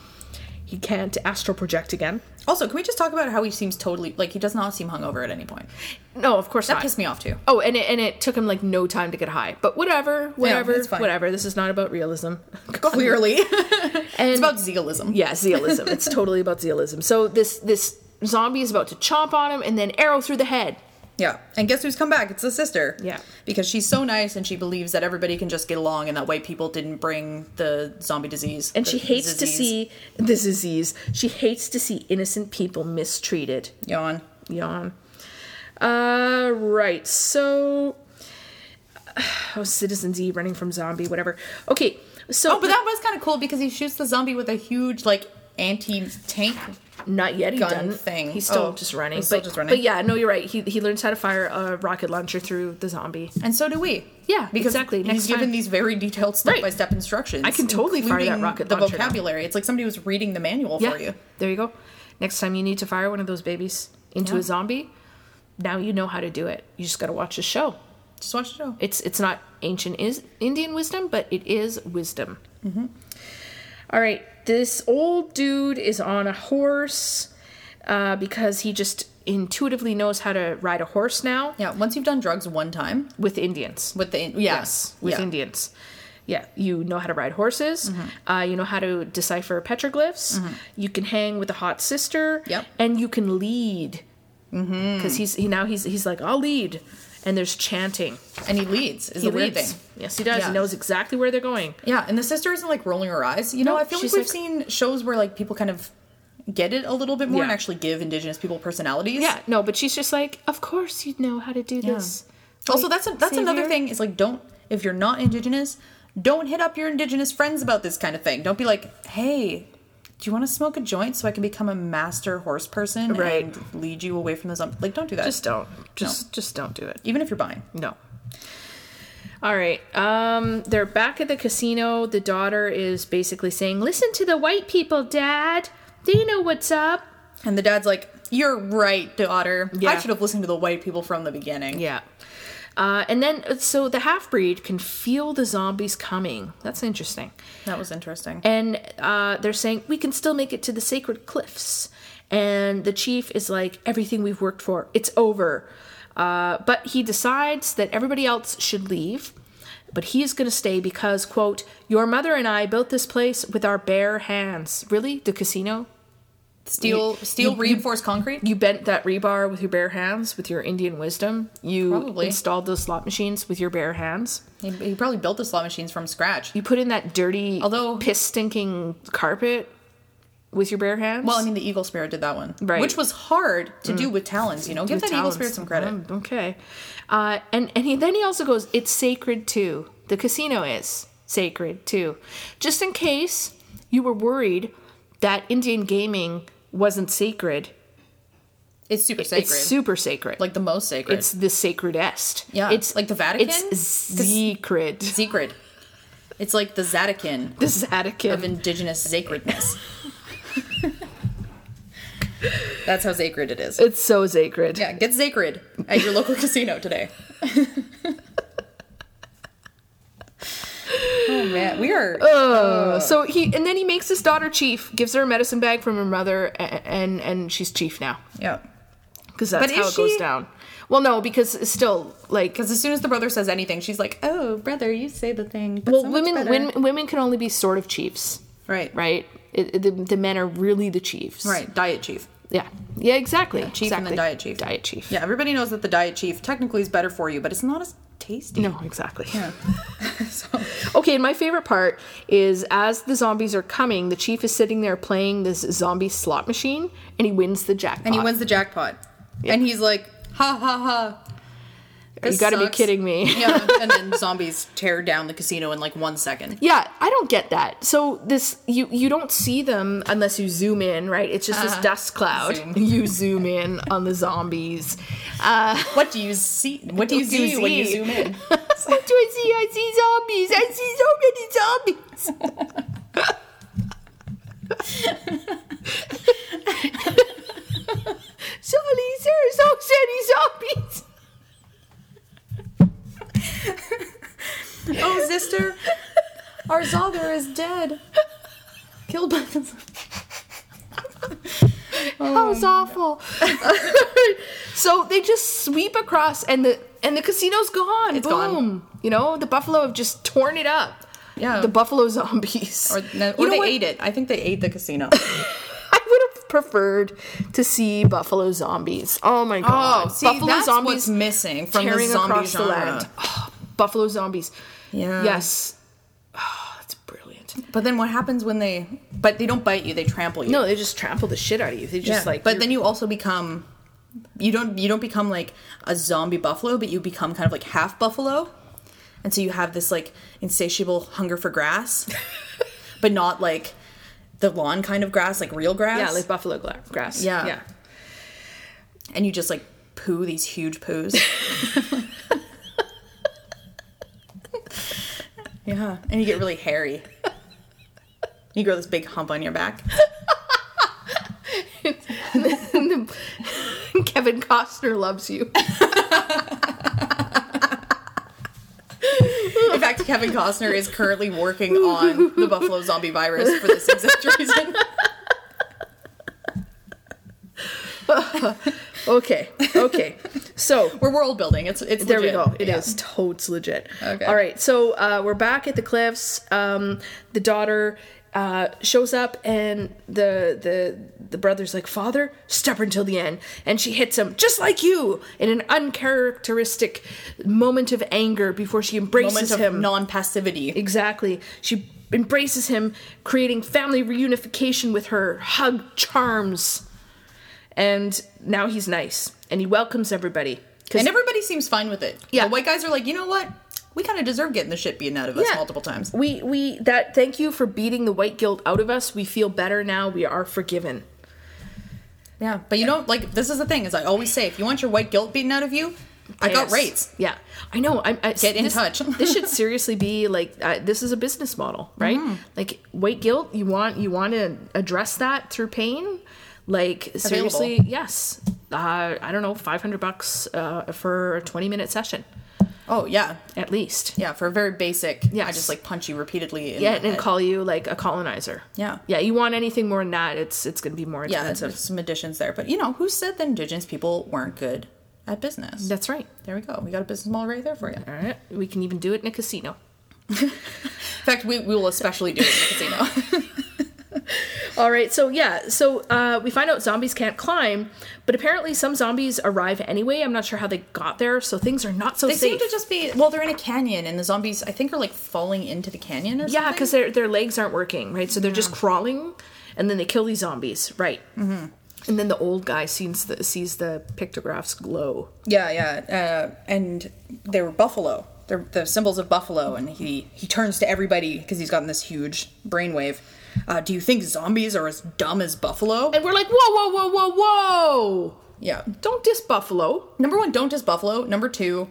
Speaker 2: He can't astral project again.
Speaker 1: Also, can we just talk about how he seems totally like he does not seem hungover at any point?
Speaker 2: No, of course
Speaker 1: That
Speaker 2: not.
Speaker 1: pissed me off too.
Speaker 2: Oh, and it, and it took him like no time to get high. But whatever, whatever,
Speaker 1: it's fine.
Speaker 2: whatever. This is not about realism.
Speaker 1: Clearly, it's
Speaker 2: Um, And
Speaker 1: about zealism.
Speaker 2: Yeah, zealism. it's totally about zealism. So this this zombie is about to chomp on him and then arrow through the head.
Speaker 1: yeah. And guess who's come back? It's the sister.
Speaker 2: Yeah.
Speaker 1: because she's so nice and she believes that everybody can just get along and that white people didn't bring the zombie disease.
Speaker 2: And
Speaker 1: the
Speaker 2: she hates to
Speaker 1: disease.
Speaker 2: see this disease. She hates to see innocent people mistreated.
Speaker 1: yawn.
Speaker 2: Yawn. Uh, right. So, oh, Citizen Z running from zombie, whatever. Okay. So,
Speaker 1: Oh, but that was kind of cool because he shoots the zombie with a huge like anti-tank
Speaker 2: not yet. He
Speaker 1: gun
Speaker 2: done
Speaker 1: thing.
Speaker 2: He's still
Speaker 1: Oh,
Speaker 2: just running.
Speaker 1: he's still
Speaker 2: but,
Speaker 1: just running.
Speaker 2: But yeah, no, you're right. He he learns how to fire a rocket launcher through the zombie.
Speaker 1: And so do we.
Speaker 2: Yeah,
Speaker 1: because
Speaker 2: exactly.
Speaker 1: He's
Speaker 2: Next
Speaker 1: given
Speaker 2: time.
Speaker 1: these very detailed step-by-step instructions.
Speaker 2: I can totally fire that
Speaker 1: including
Speaker 2: rocket
Speaker 1: The
Speaker 2: launcher now.
Speaker 1: vocabulary. It's like somebody was reading the manual for you.
Speaker 2: There you go. Next time you need to fire one of those babies into
Speaker 1: Yeah.
Speaker 2: a zombie, now you know how to do it. You just got to watch the show.
Speaker 1: Just watch the show.
Speaker 2: It's it's not ancient is Indian wisdom, but it is wisdom. Mm-hmm. All right, this old dude is on a horse uh, because he just intuitively knows how to ride a horse now
Speaker 1: Yeah. Once you've done drugs one time
Speaker 2: with Indians.
Speaker 1: with the yeah,
Speaker 2: Yes, with
Speaker 1: yeah.
Speaker 2: Indians. Yeah, you know how to ride horses.
Speaker 1: Mm-hmm.
Speaker 2: Uh, you know how to decipher petroglyphs. You can hang with a hot sister.
Speaker 1: Yep. Mm-hmm.
Speaker 2: and you can lead because he's he now he's he's like I'll lead, and there's chanting.
Speaker 1: and he leads is
Speaker 2: He
Speaker 1: the weird
Speaker 2: leads.
Speaker 1: thing.
Speaker 2: Yes, he does.
Speaker 1: Yeah.
Speaker 2: He knows exactly where they're going.
Speaker 1: Yeah, and the sister isn't like rolling her eyes. You know,
Speaker 2: No,
Speaker 1: I feel like
Speaker 2: she's
Speaker 1: we've
Speaker 2: like-
Speaker 1: seen shows where like people kind of get it a little bit more
Speaker 2: Yeah.
Speaker 1: and actually give Indigenous people personalities.
Speaker 2: Yeah, no, but she's just like, of course you know how to do this.
Speaker 1: Also,
Speaker 2: Like,
Speaker 1: that's a, that's
Speaker 2: Savior?
Speaker 1: another thing is like don't if you're not indigenous, don't hit up your indigenous friends about this kind of thing. Don't be like, hey, do you want to smoke a joint so I can become a master horse person
Speaker 2: Right.
Speaker 1: and lead you away from the zombie? Like, don't do that.
Speaker 2: Just don't, just just don't do it.
Speaker 1: even if you're buying.
Speaker 2: No. All right. Um, they're back at the casino. The daughter is basically saying, "Listen to the white people, Dad. They know what's up."
Speaker 1: And the dad's like, you're right, daughter. I
Speaker 2: Yeah.
Speaker 1: should have listened to the white people from the beginning.
Speaker 2: Yeah. Uh, and then, so the half breed can feel the zombies coming. That's interesting.
Speaker 1: That was interesting.
Speaker 2: And uh, they're saying, "We can still make it to the sacred cliffs." And the chief is like, "Everything we've worked for, it's over." Uh, but he decides that everybody else should leave. But he is going to stay because, quote, your mother and I built this place with our bare hands. Really? The casino?
Speaker 1: steel steel reinforced concrete?
Speaker 2: You bent that rebar with your bare hands, with your Indian wisdom. You
Speaker 1: Probably.
Speaker 2: installed those slot machines with your bare hands.
Speaker 1: He, he probably built the slot machines from scratch.
Speaker 2: You put in that dirty,
Speaker 1: Although-
Speaker 2: piss stinking carpet with your bare hands.
Speaker 1: Well, I mean, the eagle spirit did that one,
Speaker 2: Right. Mm.
Speaker 1: Which was hard to do with talons. You know, give
Speaker 2: with
Speaker 1: that eagle
Speaker 2: talons.
Speaker 1: spirit some credit.
Speaker 2: Mm, okay. Uh, and and he, then he also goes, it's sacred too. The casino is sacred too. Just in case you were worried that Indian gaming wasn't sacred,
Speaker 1: It's super sacred.
Speaker 2: it's super sacred.
Speaker 1: like the most sacred.
Speaker 2: it's the sacredest.
Speaker 1: Yeah,
Speaker 2: It's
Speaker 1: like the Vatican?
Speaker 2: It's sacred.
Speaker 1: secret. It's like the Zatican
Speaker 2: The Vatican.
Speaker 1: of indigenous sacredness. That's how sacred it is.
Speaker 2: it's so sacred.
Speaker 1: Yeah, get sacred. at your local casino today. oh man, we are.
Speaker 2: So he and then he makes his daughter chief, gives her a medicine bag from her mother, a- and and she's chief now
Speaker 1: yeah.
Speaker 2: because that's
Speaker 1: But is
Speaker 2: how it goes
Speaker 1: she-
Speaker 2: down. Well, no, because it's still like
Speaker 1: Because as soon as the brother says anything, she's like, "Oh, brother, you say the thing." That's
Speaker 2: well,
Speaker 1: so much
Speaker 2: women
Speaker 1: better."
Speaker 2: women women can only be sort of chiefs,
Speaker 1: right, right,
Speaker 2: right? It, it- the, the men are really the chiefs,
Speaker 1: right. Diet chief.
Speaker 2: Yeah, yeah, exactly.
Speaker 1: chief and
Speaker 2: exactly.
Speaker 1: then diet chief.
Speaker 2: diet chief.
Speaker 1: Yeah, everybody knows that the diet chief technically is better for you, but it's not as tasty.
Speaker 2: No, exactly.
Speaker 1: Yeah. so,
Speaker 2: Okay, and my favorite part is as the zombies are coming, the chief is sitting there playing this zombie slot machine, and he wins the jackpot.
Speaker 1: and he wins the jackpot, and he's like, "Ha ha ha."
Speaker 2: You
Speaker 1: this
Speaker 2: gotta be
Speaker 1: sucks."
Speaker 2: kidding me.
Speaker 1: yeah, and then zombies tear down the casino in like one second.
Speaker 2: Yeah, I don't get that. So this you you don't see them unless you zoom in, right? It's just
Speaker 1: Uh-huh.
Speaker 2: this dust cloud.
Speaker 1: Zoom.
Speaker 2: You zoom in on the zombies. Uh,
Speaker 1: What do you see? What do you
Speaker 2: What do
Speaker 1: see,
Speaker 2: you
Speaker 1: when you
Speaker 2: see?
Speaker 1: zoom in?
Speaker 2: what do I see? I see zombies. I see so many zombies. Sorry, there are so many zombies.
Speaker 1: oh, sister, our Zother is dead. Killed by the. Oh
Speaker 2: That was awful. so they just sweep across, and the and the casino's gone.
Speaker 1: It's
Speaker 2: Boom. You know, the buffalo have just torn it up.
Speaker 1: Yeah.
Speaker 2: the buffalo zombies.
Speaker 1: Oh. Or, no, or
Speaker 2: You know
Speaker 1: they
Speaker 2: what?
Speaker 1: ate it. I think they ate the casino.
Speaker 2: I would have preferred to see buffalo zombies. Oh my god! buffalo
Speaker 1: missing
Speaker 2: tearing across the land. Oh, buffalo zombies.
Speaker 1: Yeah.
Speaker 2: Yes. Oh, that's brilliant.
Speaker 1: But then what happens when they? But they don't bite you. They trample you.
Speaker 2: No, they just trample the shit out of you. They just
Speaker 1: Yeah.
Speaker 2: like.
Speaker 1: But
Speaker 2: you're-
Speaker 1: then you also become. You don't. You don't become like a zombie buffalo, but you become kind of like half buffalo, and so you have this like insatiable hunger for grass, but not like the lawn kind of grass, like real grass.
Speaker 2: yeah, like buffalo gla- grass.
Speaker 1: Yeah.
Speaker 2: yeah.
Speaker 1: and you just like poo these huge poos. yeah, and you get really hairy. You grow this big hump on your back.
Speaker 2: Kevin Costner loves you.
Speaker 1: In fact, Kevin Costner is currently working on the buffalo zombie virus for this exact reason.
Speaker 2: Okay, okay. So
Speaker 1: We're world building. It's it's
Speaker 2: there
Speaker 1: legit.
Speaker 2: we go. It
Speaker 1: Yeah.
Speaker 2: is totes legit.
Speaker 1: Okay.
Speaker 2: All right. So uh, we're back at the cliffs. Um, the daughter uh, shows up, and the the the brother's like, "Father, stubborn till the end," and she hits him just like you in an uncharacteristic moment of anger before she
Speaker 1: Moment
Speaker 2: embraces
Speaker 1: of
Speaker 2: him.
Speaker 1: non-passivity.
Speaker 2: Exactly. She embraces him, creating family reunification with her hug charms. And now he's nice and he welcomes everybody. 'Cause-
Speaker 1: And everybody seems fine with it.
Speaker 2: Yeah.
Speaker 1: The white guys are like, you know what? We kind of deserve getting the shit beaten out of us
Speaker 2: Yeah.
Speaker 1: multiple times.
Speaker 2: We we that thank you for beating the white guilt out of us. We feel better now. We are forgiven.
Speaker 1: Yeah, but you don't like this is the thing, as I always say, if you want your white guilt beaten out of you, I got
Speaker 2: Yes.
Speaker 1: rates.
Speaker 2: Yeah, I know. I'm, I,
Speaker 1: Get in
Speaker 2: this-
Speaker 1: touch.
Speaker 2: this should seriously be like uh, this is a business model, right?
Speaker 1: Mm-hmm.
Speaker 2: Like white guilt. You want you want to address that through pain. Like seriously, yes. Uh, I don't know, five hundred bucks uh, for a twenty minute session
Speaker 1: Oh yeah.
Speaker 2: at least.
Speaker 1: Yeah, for a very basic Yeah, I
Speaker 2: Yes.
Speaker 1: just like punch you repeatedly in
Speaker 2: Yeah,
Speaker 1: the
Speaker 2: and, and
Speaker 1: head.
Speaker 2: call you like a colonizer.
Speaker 1: Yeah.
Speaker 2: yeah. You want anything more than that? It's it's gonna be more
Speaker 1: Yeah,
Speaker 2: expensive.
Speaker 1: there's some additions there. But you know, who said that indigenous people weren't good at business?
Speaker 2: That's right.
Speaker 1: There we go. We got a business model right there for you.
Speaker 2: All right, we can even do it in a casino.
Speaker 1: In fact, we, we will especially do it in the casino.
Speaker 2: All right, so yeah, so uh, we find out zombies can't climb, but apparently some zombies arrive anyway. I'm not sure how they got there, so things are not so
Speaker 1: they seem
Speaker 2: safe.
Speaker 1: to just be well, they're in a canyon and the zombies I think are like falling into the canyon or
Speaker 2: yeah,
Speaker 1: something.
Speaker 2: because their their legs aren't working, right? So they're just crawling, and then they kill these zombies, right? Mm-hmm. And then the old guy sees the sees the pictographs glow.
Speaker 1: Yeah, yeah, uh, and they were buffalo. They're the symbols of buffalo, and he he turns to everybody because he's gotten this huge brainwave. Uh, do you think zombies are as dumb as buffalo?
Speaker 2: And we're like, whoa, whoa, whoa, whoa, whoa!
Speaker 1: Yeah.
Speaker 2: Don't diss Buffalo.
Speaker 1: Number one, don't just buffalo. Number two,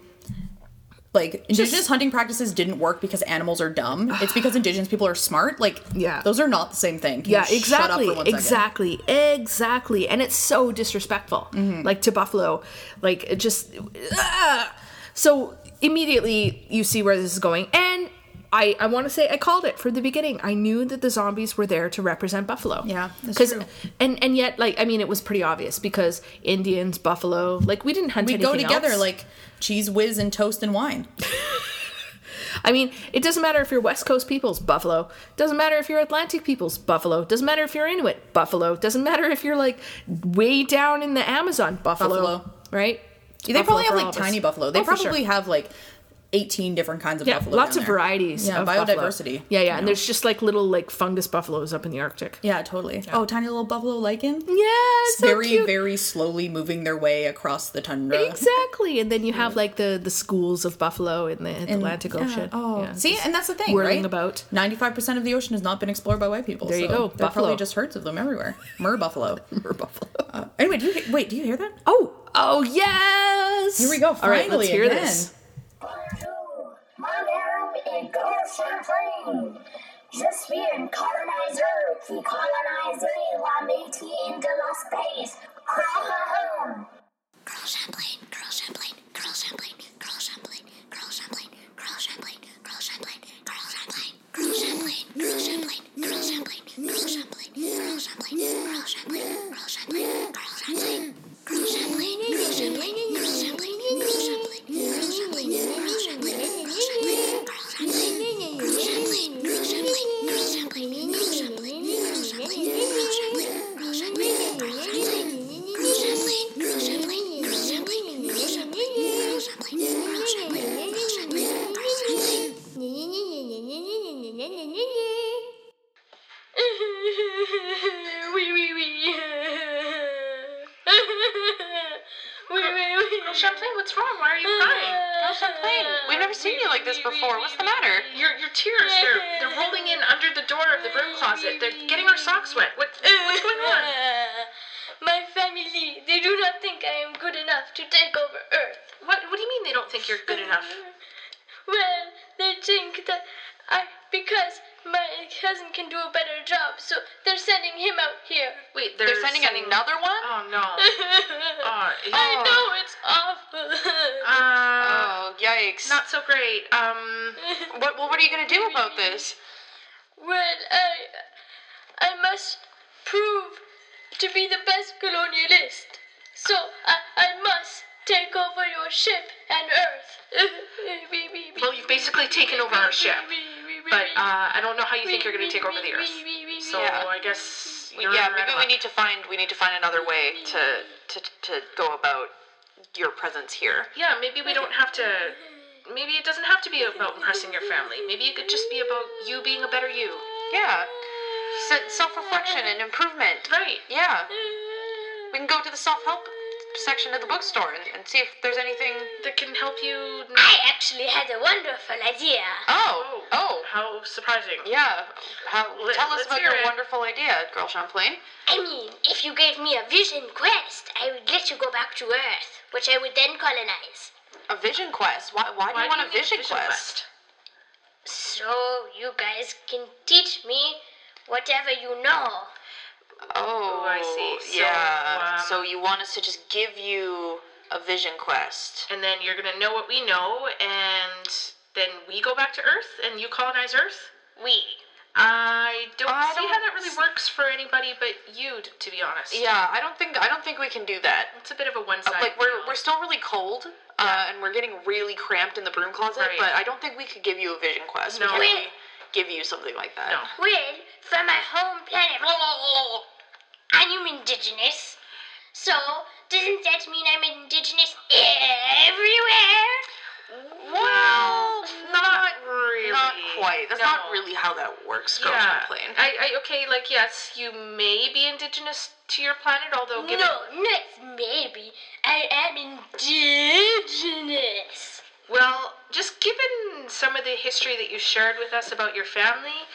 Speaker 1: like indigenous hunting practices didn't work because animals are dumb. It's because indigenous people are smart. Like
Speaker 2: Yeah.
Speaker 1: those are not the same thing. Can
Speaker 2: yeah,
Speaker 1: you shut up
Speaker 2: exactly,
Speaker 1: for one second?
Speaker 2: exactly, exactly, and it's so disrespectful,
Speaker 1: Mm-hmm.
Speaker 2: like to Buffalo, like it just. ah! So immediately you see where this is going, and I I want to say I called it from the beginning. I knew that the zombies were there to represent Buffalo.
Speaker 1: Yeah, that's
Speaker 2: because
Speaker 1: true.
Speaker 2: and and yet like I mean it was pretty obvious because Indians, Buffalo, like we didn't hunt.
Speaker 1: We go
Speaker 2: anything
Speaker 1: together
Speaker 2: else.
Speaker 1: like cheese whiz and toast and wine.
Speaker 2: I mean, it doesn't matter if you're West Coast peoples, Buffalo. Doesn't matter if you're Atlantic peoples, Buffalo. Doesn't matter if you're Inuit, Buffalo. Doesn't matter if you're like way down in the Amazon, Buffalo.
Speaker 1: Buffalo.
Speaker 2: Right?
Speaker 1: They probably
Speaker 2: Buffalo for
Speaker 1: have
Speaker 2: all
Speaker 1: like
Speaker 2: of us.
Speaker 1: tiny buffalo. They
Speaker 2: Oh, for sure.
Speaker 1: probably have like 18 different kinds of
Speaker 2: yeah,
Speaker 1: buffalo.
Speaker 2: lots
Speaker 1: down
Speaker 2: of
Speaker 1: there.
Speaker 2: varieties.
Speaker 1: Yeah,
Speaker 2: of buffalo.
Speaker 1: biodiversity.
Speaker 2: Yeah,
Speaker 1: you
Speaker 2: yeah, and
Speaker 1: know?
Speaker 2: there's just like little like fungus buffaloes up in the Arctic.
Speaker 1: Yeah, totally. Oh, tiny little buffalo lichen.
Speaker 2: Yeah, it's Mm, so
Speaker 1: very, uh,
Speaker 2: cute.
Speaker 1: very slowly moving their way across the tundra.
Speaker 2: Exactly, and then you have like the the schools of buffalo in the Atlantic
Speaker 1: Yeah.
Speaker 2: Ocean.
Speaker 1: Oh,
Speaker 2: Yeah.
Speaker 1: see, and that's the thing,
Speaker 2: whirling
Speaker 1: right?
Speaker 2: about.
Speaker 1: ninety-five percent of the ocean has not been explored by white people.
Speaker 2: There you
Speaker 1: so
Speaker 2: go,
Speaker 1: There are
Speaker 2: buffalo.
Speaker 1: probably just herds of them everywhere. Mer buffalo. Mer buffalo. Uh, anyway, do you he- wait? Do you hear that?
Speaker 2: oh, oh yes.
Speaker 1: Here we go.
Speaker 2: All right,
Speaker 1: finally,
Speaker 2: let's hear
Speaker 1: again.
Speaker 2: this.
Speaker 3: Bonjour, my name is Champlain. Je suis un colonizer qui colonise la métier de l'espace.
Speaker 4: Girl Champlain, Girl Champlain, Girl Champlain, Girl Champlain, Girl Champlain, Girl Champlain, Girl Champlain, Girl Champlain, Girl Champlain, Girl Champlain, Girl Champlain, Girl Champlain, Girl Champlain, Girl Champlain, Girl Champlain, Girl Champlain, Girl Champlain, Girl Champlain, Girl Champlain, Girl Champlain, Girl Champlain, Girl Champlain, Girl Champlain, Girl Champlain, Girl Champlain, Girl Champlain, Girl Champlain, Girl Champlain, Girl Champlain, Girl Champlain, Girl Champlain, Girl Champlain.
Speaker 5: oui, oui, oui. oui, oui, oui.
Speaker 6: Girl Champlain, what's wrong? Why are you crying? Girl Champlain, we've never seen you like this before. What's the matter? Your your tears, they're they're rolling in under the door of the broom closet. They're getting our socks wet. What what's going on?
Speaker 5: My family, they do not think I am good enough to take over Earth.
Speaker 6: What what do you mean they don't think you're good enough?
Speaker 5: Well, they think that I because my cousin can do a better job, so they're sending him out here.
Speaker 6: Wait, they're, sending, another one? Oh no. Oh,
Speaker 5: I know it's awful.
Speaker 6: Uh,
Speaker 7: Oh, yikes.
Speaker 6: not so great. Um, what well, what are you gonna do about this?
Speaker 5: Well, I, I must prove to be the best colonialist. So I, I must take over your ship and Earth.
Speaker 6: Well, you've basically taken over our ship, but uh, I don't know how you think you're gonna take over the earth. So
Speaker 7: Yeah.
Speaker 6: I guess
Speaker 7: We-
Speaker 6: you're
Speaker 7: yeah,
Speaker 6: in
Speaker 7: maybe we
Speaker 6: right
Speaker 7: need to find we need to find another way to to to go about your presence here.
Speaker 6: Yeah, maybe we don't have to. Maybe it doesn't have to be about impressing your family. Maybe it could just be about you being a better you.
Speaker 7: Yeah. Se- self-reflection and improvement.
Speaker 6: Right.
Speaker 7: Yeah. We can go to the self-help section of the bookstore and, and see if there's anything
Speaker 6: That can help you.
Speaker 5: I actually had a wonderful idea.
Speaker 7: Oh. Oh.
Speaker 6: How surprising.
Speaker 7: Yeah. How,
Speaker 6: Let-
Speaker 7: tell us
Speaker 6: let's
Speaker 7: about
Speaker 6: hear
Speaker 7: your
Speaker 6: it.
Speaker 7: wonderful idea, Girl Champlain.
Speaker 4: I mean, if you gave me a vision quest, I would let you go back to Earth, which I would then colonize.
Speaker 7: A vision quest. Why, why, do
Speaker 6: Why
Speaker 7: you want a
Speaker 6: do you need
Speaker 7: vision, quest?
Speaker 4: So you guys can teach me whatever you know.
Speaker 7: Oh,
Speaker 6: I see. So,
Speaker 7: yeah.
Speaker 6: um,
Speaker 7: so you want us to just give you a vision quest?
Speaker 6: And then you're gonna know what we know, and then we go back to Earth, and you colonize Earth.
Speaker 4: We.
Speaker 6: I don't
Speaker 7: I
Speaker 6: see
Speaker 7: don't
Speaker 6: how that really works for anybody but you, t- to be honest.
Speaker 7: Yeah, I don't think I don't think we can do that.
Speaker 6: It's a bit of a one side.
Speaker 7: uh, like we're we're still really cold, uh, and we're getting really cramped in the broom closet.
Speaker 6: Right.
Speaker 7: But I don't think we could give you a vision quest.
Speaker 6: No.
Speaker 7: We can't
Speaker 6: Wait.
Speaker 7: really give you something like that.
Speaker 6: No.
Speaker 4: Well, from my home planet, I'm indigenous. So, doesn't that mean I'm indigenous everywhere?
Speaker 7: Well, not
Speaker 6: really.
Speaker 7: not quite. That's
Speaker 6: No.
Speaker 7: not really how that works, Girl
Speaker 6: yeah.
Speaker 7: Champlain.
Speaker 6: I, I okay, like yes, you may be indigenous to your planet, although given
Speaker 4: No, not maybe. I am indigenous.
Speaker 6: Well, just given some of the history that you shared with us about your family,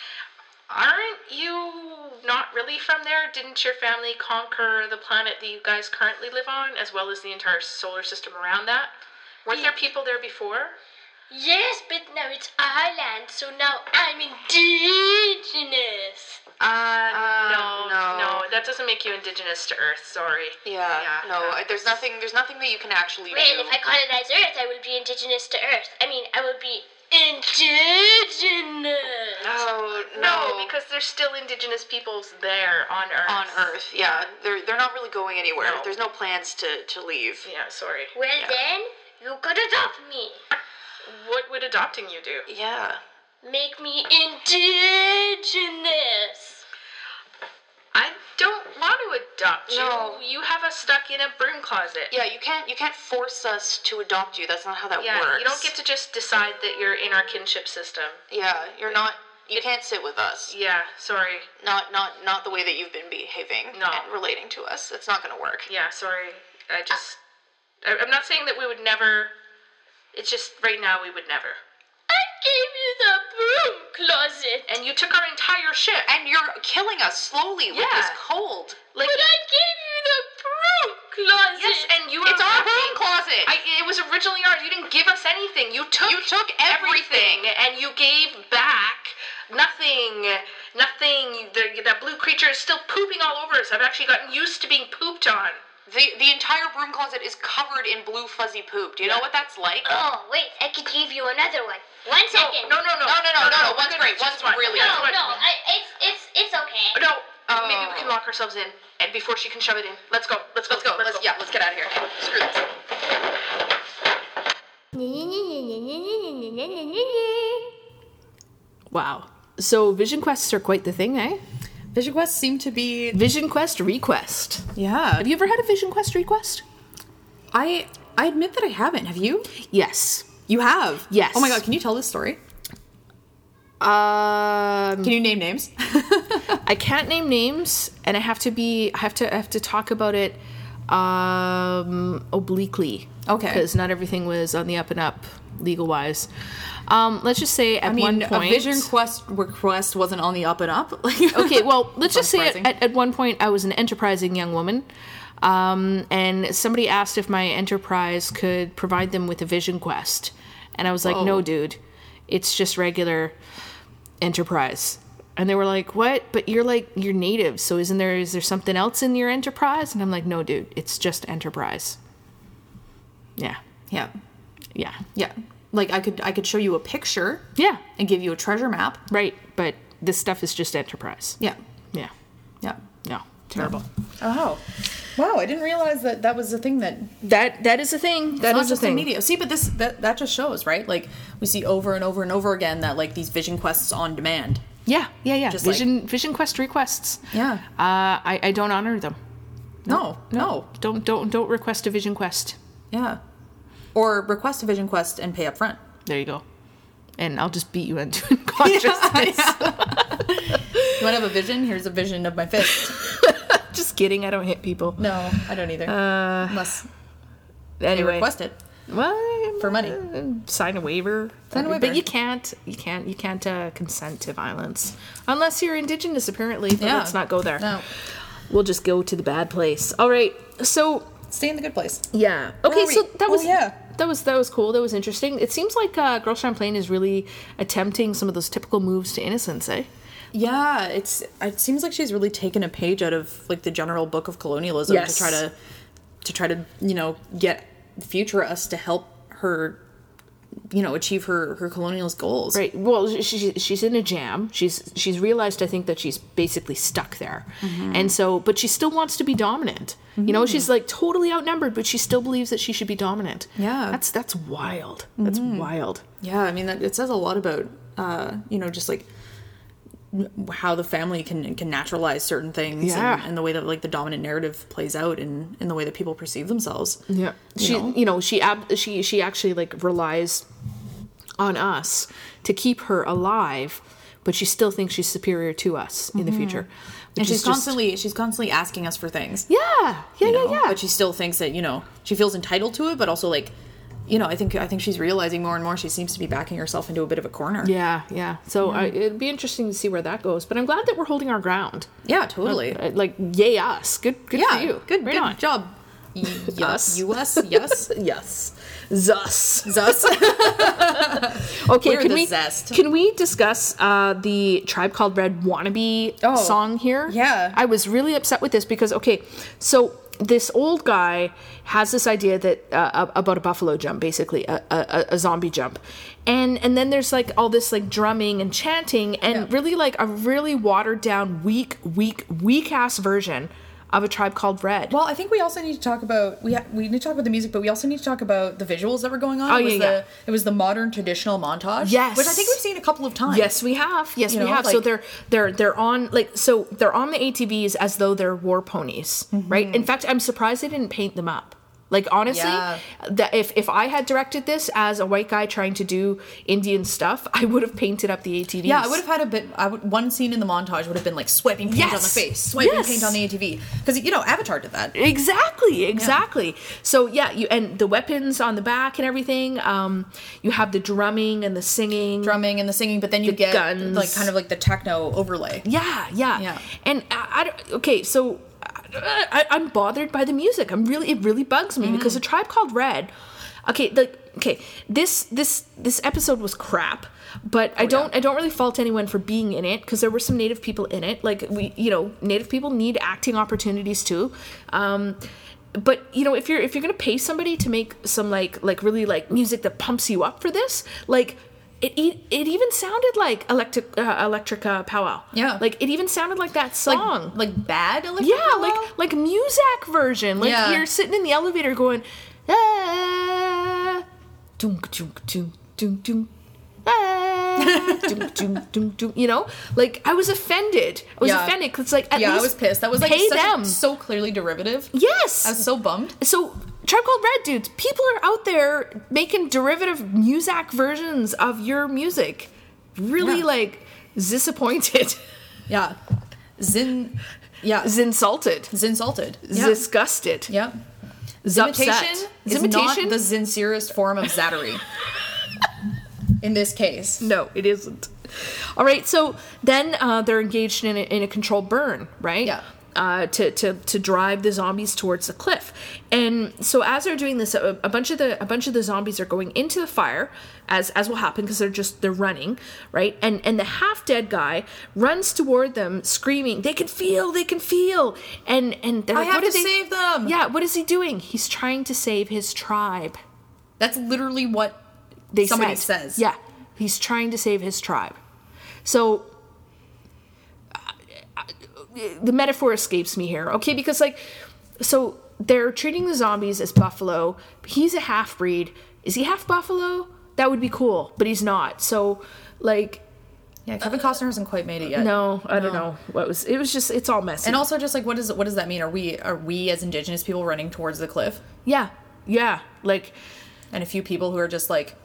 Speaker 6: aren't you not really from there? Didn't your family conquer the planet that you guys currently live on, as well as the entire solar system around that? Weren't there people there before?
Speaker 5: Yes, but now it's Ireland, so now I'm indigenous.
Speaker 6: Uh, no,
Speaker 7: no.
Speaker 6: no, that doesn't make you indigenous to Earth. Sorry.
Speaker 7: Yeah,
Speaker 6: Yeah,
Speaker 7: no,
Speaker 6: yeah.
Speaker 7: I- there's nothing. There's nothing that you can actually
Speaker 5: Well,
Speaker 7: do.
Speaker 5: if I colonize Earth, I will be indigenous to Earth. I mean, I will be indigenous.
Speaker 7: no,
Speaker 6: No, because there's still indigenous peoples there on Earth.
Speaker 7: on Earth, yeah, they're they're not really going anywhere.
Speaker 6: No.
Speaker 7: There's no plans to to leave.
Speaker 6: Yeah, sorry.
Speaker 5: Well, then, you could adopt me.
Speaker 6: What would adopting you do?
Speaker 7: Yeah.
Speaker 5: Make me indigenous.
Speaker 6: I don't want to adopt you.
Speaker 7: No.
Speaker 6: You have us stuck in a broom closet.
Speaker 7: Yeah, you can't you can't force us to adopt you. That's not how that
Speaker 6: Yeah,
Speaker 7: works.
Speaker 6: you don't get to just decide that you're in our kinship system.
Speaker 7: Yeah, you're not. You can't sit with us.
Speaker 6: Yeah, sorry.
Speaker 7: Not not not the way that you've been behaving
Speaker 6: No.
Speaker 7: and relating to us. It's not going to work.
Speaker 6: Yeah, sorry. I just. I, I'm not saying that we would never. It's just right now we would never.
Speaker 5: I gave you the broom closet.
Speaker 6: And you took our entire ship.
Speaker 7: And you're killing us slowly with this
Speaker 6: Yeah.
Speaker 7: cold.
Speaker 6: Like,
Speaker 5: But I gave you the broom closet.
Speaker 6: yes, and you.
Speaker 7: It's our
Speaker 6: adopted-
Speaker 7: broom closet.
Speaker 6: I, it was originally ours. You didn't give us anything. You took
Speaker 7: You took everything.
Speaker 6: and you gave back nothing. Nothing. The, that blue creature is still pooping all over us. I've actually gotten used to being pooped on.
Speaker 7: the the entire broom closet is covered in blue fuzzy poop. Do you know what that's like?
Speaker 5: Oh, wait, I could give you another one. One second.
Speaker 6: No, no, no,
Speaker 7: No, no, no, no, no,
Speaker 6: we're
Speaker 7: one's
Speaker 6: good,
Speaker 7: great,
Speaker 6: just
Speaker 7: one's
Speaker 6: one.
Speaker 7: really
Speaker 6: Just
Speaker 7: good.
Speaker 6: one.
Speaker 5: no, I, it's, it's, it's okay.
Speaker 6: No,
Speaker 7: Oh.
Speaker 6: maybe we can lock ourselves in, and before she can shove it in, let's go. Let's go.
Speaker 7: Let's go. Let's, yeah, let's get out of here. Screw this.
Speaker 2: Wow. So vision quests are quite the thing, eh?
Speaker 1: Vision quests seem to be
Speaker 2: Vision quest request.
Speaker 1: yeah.
Speaker 2: Have you ever had a vision quest request?
Speaker 1: I I admit that I haven't. Have you?
Speaker 2: Yes.
Speaker 1: You have.
Speaker 2: Yes.
Speaker 1: Oh my god, can you tell this story?
Speaker 2: Um,
Speaker 1: Can you name names?
Speaker 2: I can't name names, and I have to be. I have to. I have to talk about it um, obliquely.
Speaker 1: Okay.
Speaker 2: Because not everything was on the up and up legal wise. Um, let's just say at
Speaker 1: I mean,
Speaker 2: one point.
Speaker 1: a vision quest request wasn't on the up and up. Like,
Speaker 2: okay, well,
Speaker 1: That's
Speaker 2: let's just say
Speaker 1: unsurprising.
Speaker 2: at, at, at one point I was an enterprising young woman, um, and somebody asked if my enterprise could provide them with a vision quest. And I was like, no, dude, it's just regular enterprise. And they were like, what? But you're like, you're native, so isn't there, is there something else in your enterprise? And I'm like, no, dude, it's just enterprise. Yeah,
Speaker 1: yeah,
Speaker 2: yeah,
Speaker 1: yeah. Like I could I could show you a picture
Speaker 2: yeah,
Speaker 1: and give you a treasure map.
Speaker 2: right. But this stuff is just enterprise.
Speaker 1: Yeah,
Speaker 2: Yeah,
Speaker 1: yeah.
Speaker 2: no, terrible.
Speaker 1: Oh, wow! I didn't realize that that was a thing that
Speaker 2: That that is a thing. That
Speaker 1: It's not
Speaker 2: is a
Speaker 1: just
Speaker 2: thing.
Speaker 1: in media. See, but this that, that just shows, right? Like we see over and over and over again that like these vision quests on demand.
Speaker 2: Yeah, yeah, yeah.
Speaker 1: Just
Speaker 2: vision vision quest requests.
Speaker 1: Yeah.
Speaker 2: Uh, I, I don't honor them.
Speaker 1: No, no.
Speaker 2: Don't don't don't request a vision quest.
Speaker 1: Yeah. Or request a vision quest and pay up front.
Speaker 2: There you go. And I'll just beat you into unconsciousness.
Speaker 1: You want to have a vision? Here's a vision of my fist.
Speaker 2: just kidding. I don't hit people.
Speaker 1: No, I don't either. Unless they
Speaker 2: Anyway,
Speaker 1: request it.
Speaker 2: well,
Speaker 1: for money.
Speaker 2: uh, Sign a waiver.
Speaker 1: Sign a
Speaker 2: But
Speaker 1: waiver.
Speaker 2: you can't. You can't. You can't uh, consent to violence unless you're indigenous. Apparently, but
Speaker 1: Yeah.
Speaker 2: let's not go there.
Speaker 1: No.
Speaker 2: We'll just go to the bad place. All right. So
Speaker 1: Stay in the good place.
Speaker 2: Yeah. Okay.
Speaker 1: are we?
Speaker 2: So that
Speaker 1: Oh,
Speaker 2: was
Speaker 1: yeah.
Speaker 2: That was that was cool. That was interesting. It seems like uh, Girl Champlain is really attempting some of those typical moves to innocence, eh?
Speaker 1: Yeah, it's it seems like she's really taken a page out of like the general book of colonialism
Speaker 2: Yes.
Speaker 1: to try to to try to, you know, get future us to help her you know, achieve her her colonialist goals.
Speaker 2: Right. Well, she, she, she's in a jam. She's she's realized I think that she's basically stuck there, and so but she still wants to be dominant. You know, she's like totally outnumbered, but she still believes that she should be dominant.
Speaker 1: Yeah.
Speaker 2: That's that's wild. That's wild.
Speaker 1: Yeah, I mean that it says a lot about uh, you know just like n- how the family can can naturalize certain things
Speaker 2: Yeah.
Speaker 1: and, and the way that like the dominant narrative plays out in in the way that people perceive themselves.
Speaker 2: Yeah. She
Speaker 1: know?
Speaker 2: you know, she ab- she she actually like relies on us to keep her alive, but she still thinks she's superior to us in the future.
Speaker 1: Mm-hmm. And
Speaker 2: which
Speaker 1: she's
Speaker 2: is just-
Speaker 1: constantly she's constantly asking us for things.
Speaker 2: Yeah. Yeah,
Speaker 1: you
Speaker 2: yeah,
Speaker 1: know?
Speaker 2: yeah.
Speaker 1: But she still thinks that you know she feels entitled to it, but also like you know I think I think she's realizing more and more she seems to be backing herself into a bit of a corner.
Speaker 2: yeah, yeah. So I, it'd be interesting to see where that goes. But I'm glad that we're holding our ground.
Speaker 1: Yeah, totally.
Speaker 2: Uh, Like, yay us! Good, good
Speaker 1: yeah,
Speaker 2: for you.
Speaker 1: good,
Speaker 2: Right
Speaker 1: good
Speaker 2: on.
Speaker 1: job. Y- yes,
Speaker 2: Us.
Speaker 1: U.S. Yes.
Speaker 2: Yes, Zus.
Speaker 1: Zus.
Speaker 2: Okay,
Speaker 1: We're
Speaker 2: can
Speaker 1: the
Speaker 2: we
Speaker 1: zest.
Speaker 2: can we discuss uh, the Tribe Called Red wannabe
Speaker 1: Oh,
Speaker 2: song here?
Speaker 1: yeah.
Speaker 2: I was really upset with this because okay, so this old guy has this idea that uh, about a buffalo jump, basically a, a, a- a zombie jump, and and then there's like all this like drumming and chanting and really like a really watered down, weak, weak, weak ass version of a Tribe Called Red.
Speaker 1: Well, I think we also need to talk about we ha- we need to talk about the music, but we also need to talk about the visuals that were going on.
Speaker 2: Oh,
Speaker 1: it was
Speaker 2: yeah,
Speaker 1: the,
Speaker 2: yeah.
Speaker 1: It was the modern traditional montage.
Speaker 2: Yes.
Speaker 1: which I think we've seen a couple of times.
Speaker 2: Yes, we have. Yes,
Speaker 1: You
Speaker 2: we
Speaker 1: know,
Speaker 2: have. so
Speaker 1: like-
Speaker 2: they're they're they're on like so they're on the ATVs as though they're war ponies,
Speaker 1: Mm-hmm.
Speaker 2: right? In fact, I'm surprised they didn't paint them up. Like honestly,
Speaker 1: Yeah.
Speaker 2: that if if I had directed this as a white guy trying to do Indian stuff, I would have painted up the ATVs.
Speaker 1: Yeah, I would have had a bit. I would one scene in the montage would have been like swiping paint on the
Speaker 2: Yes.
Speaker 1: face, swiping
Speaker 2: Yes.
Speaker 1: paint on the ATV, because you know Avatar did that.
Speaker 2: Exactly, exactly. So yeah, you and the weapons on the back and everything. Um, you have the drumming and the singing.
Speaker 1: drumming and the singing, but then you
Speaker 2: The
Speaker 1: get
Speaker 2: guns.
Speaker 1: like kind of like the techno overlay.
Speaker 2: Yeah, yeah,
Speaker 1: Yeah.
Speaker 2: And I, I don't- okay, so uh, I, I, am bothered by the music. I'm really it really bugs me because a tribe called Red. Okay, the okay this this this episode was crap, but I don't I don't really fault anyone for being in it because there were some Native people in it. Like we you know Native people need acting opportunities too. Um, but you know if you're if you're gonna pay somebody to make some like like really like music that pumps you up for this like it it, it even sounded like electric uh, electrica powwow
Speaker 1: Yeah.
Speaker 2: like it even sounded like that
Speaker 1: Like
Speaker 2: song
Speaker 1: like bad electric.
Speaker 2: yeah
Speaker 1: Powwow?
Speaker 2: like like muzak version like
Speaker 1: Yeah.
Speaker 2: you're sitting in the elevator going ah, dunk dunk dunk dunk dunk ah, dunk, dunk, dunk, dunk," you know, like I was offended. I was
Speaker 1: Yeah.
Speaker 2: offended because, like, at
Speaker 1: yeah, I
Speaker 2: least
Speaker 1: was pissed. That was like
Speaker 2: pay
Speaker 1: such a-
Speaker 2: them.
Speaker 1: so clearly derivative.
Speaker 2: yes,
Speaker 1: I was so bummed.
Speaker 2: so Tribe Called Red dudes, people are out there making derivative Muzak versions of your music. Really
Speaker 1: Yeah.
Speaker 2: like disappointed,
Speaker 1: Yeah, Zin. Yeah,
Speaker 2: insulted,
Speaker 1: Zinsulted. Yeah.
Speaker 2: disgusted,
Speaker 1: yeah. Imitation
Speaker 2: upset.
Speaker 1: is not the sincerest form of zattery. In this case,
Speaker 2: No, it isn't. All right, so then uh, they're engaged in a, in a controlled burn, right?
Speaker 1: Yeah.
Speaker 2: Uh, to, to, to drive the zombies towards the cliff, and so as they're doing this, a, a bunch of the a bunch of the zombies are going into the fire, as as will happen because they're just they're running, right? And and the half dead guy runs toward them, screaming, "They can feel, they can feel!" And and they're
Speaker 1: I
Speaker 2: like,
Speaker 1: have
Speaker 2: "What
Speaker 1: to
Speaker 2: are they-"
Speaker 1: save them.
Speaker 2: Yeah, what is he doing? He's trying to save his tribe
Speaker 1: that's literally what
Speaker 2: they
Speaker 1: somebody
Speaker 2: said.
Speaker 1: says.
Speaker 2: Yeah, he's trying to save his tribe. So I- I- the metaphor escapes me here, okay? Because like, so they're treating the zombies as buffalo. He's a half breed. Is he half buffalo? That would be cool, but he's not. So like,
Speaker 1: Yeah, Kevin Costner hasn't quite made it yet.
Speaker 2: no, I don't know what was. It was just it's all messy.
Speaker 1: And also, just like, what does what does that mean? Are we are we as Indigenous people running towards the cliff,
Speaker 2: yeah, yeah, like
Speaker 1: and a few people who are just like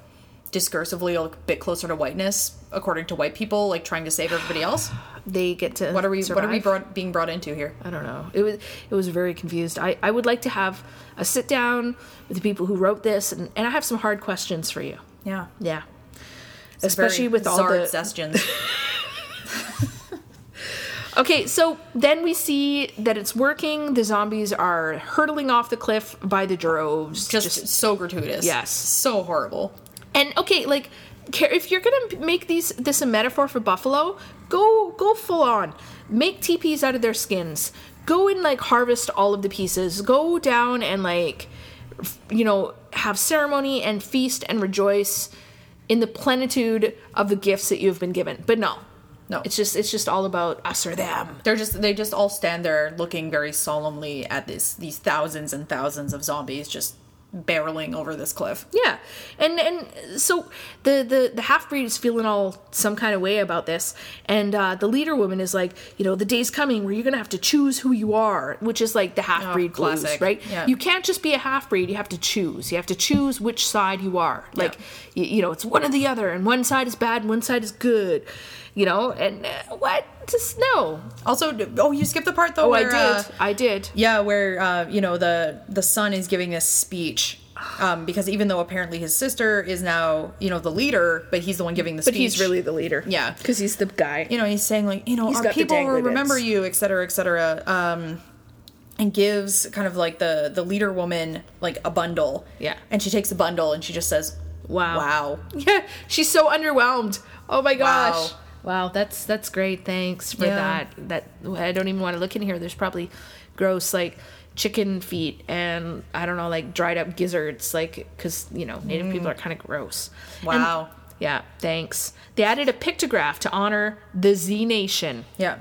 Speaker 1: discursively a bit closer to whiteness, according to white people, like trying to save everybody else?
Speaker 2: they get to
Speaker 1: What are we what are we
Speaker 2: survive.
Speaker 1: brought, being brought into here?
Speaker 2: I don't know. It was it was very confused. I, I would like to have a sit down with the people who wrote this, and, and I have some hard questions for you.
Speaker 1: Yeah,
Speaker 2: Yeah, especially
Speaker 1: Very
Speaker 2: with all
Speaker 1: bizarre
Speaker 2: the
Speaker 1: suggestions.
Speaker 2: okay. So then we see that it's working. The zombies are hurtling off the cliff by the droves.
Speaker 1: just, so gratuitous.
Speaker 2: Yes.
Speaker 1: so horrible.
Speaker 2: and okay, like care- if you're gonna make these this a metaphor for buffalo, go go full on. Make teepees out of their skins. Go and like harvest all of the pieces. Go down and like f- you know have ceremony and feast and rejoice in the plenitude of the gifts that you've been given. But no,
Speaker 1: No,
Speaker 2: it's just it's just all about us or them.
Speaker 1: they're just they just all stand there looking very solemnly at this these thousands and thousands of zombies just barreling over this cliff.
Speaker 2: Yeah, and and so the the the half breed is feeling all some kind of way about this, and uh, the leader woman is like, you know, the day's coming where you're gonna have to choose who you are, which is like the half breed blues,
Speaker 1: classic.
Speaker 2: right?
Speaker 1: Oh, Yeah.
Speaker 2: You can't just be a half breed; you have to choose. You have to choose which side you are. Like, y- you, know, it's one or the other, and one side is bad, and one side is good. You know, and uh, what? Just no.
Speaker 1: Also, oh, you skipped the part though.
Speaker 2: Oh, I
Speaker 1: where,
Speaker 2: did.
Speaker 1: uh,
Speaker 2: I did.
Speaker 1: Yeah, where uh, you know the the son is giving this speech um, because even though apparently his sister is now you know the leader, but he's the one giving the
Speaker 2: But
Speaker 1: speech.
Speaker 2: he's really the leader.
Speaker 1: Yeah.
Speaker 2: because he's the guy.
Speaker 1: you know he's saying like you know
Speaker 2: He's
Speaker 1: our
Speaker 2: got the
Speaker 1: people will
Speaker 2: dangly bits.
Speaker 1: remember you, et cetera, et cetera. Um, and gives kind of like the the leader woman like a bundle.
Speaker 2: Yeah.
Speaker 1: And she takes the bundle and she just says,
Speaker 2: Wow.
Speaker 1: "Wow."
Speaker 2: Yeah, she's so underwhelmed. Oh my gosh.
Speaker 1: Wow.
Speaker 2: Wow. that's that's great. Thanks for
Speaker 1: Yeah.
Speaker 2: that. That I don't even want to look in here. There's probably gross like chicken feet and I don't know like dried up gizzards like cuz you know, native people are kind of gross. And-
Speaker 1: Wow.
Speaker 2: yeah, thanks. They added a pictograph to honor the Z Nation.
Speaker 1: Yeah.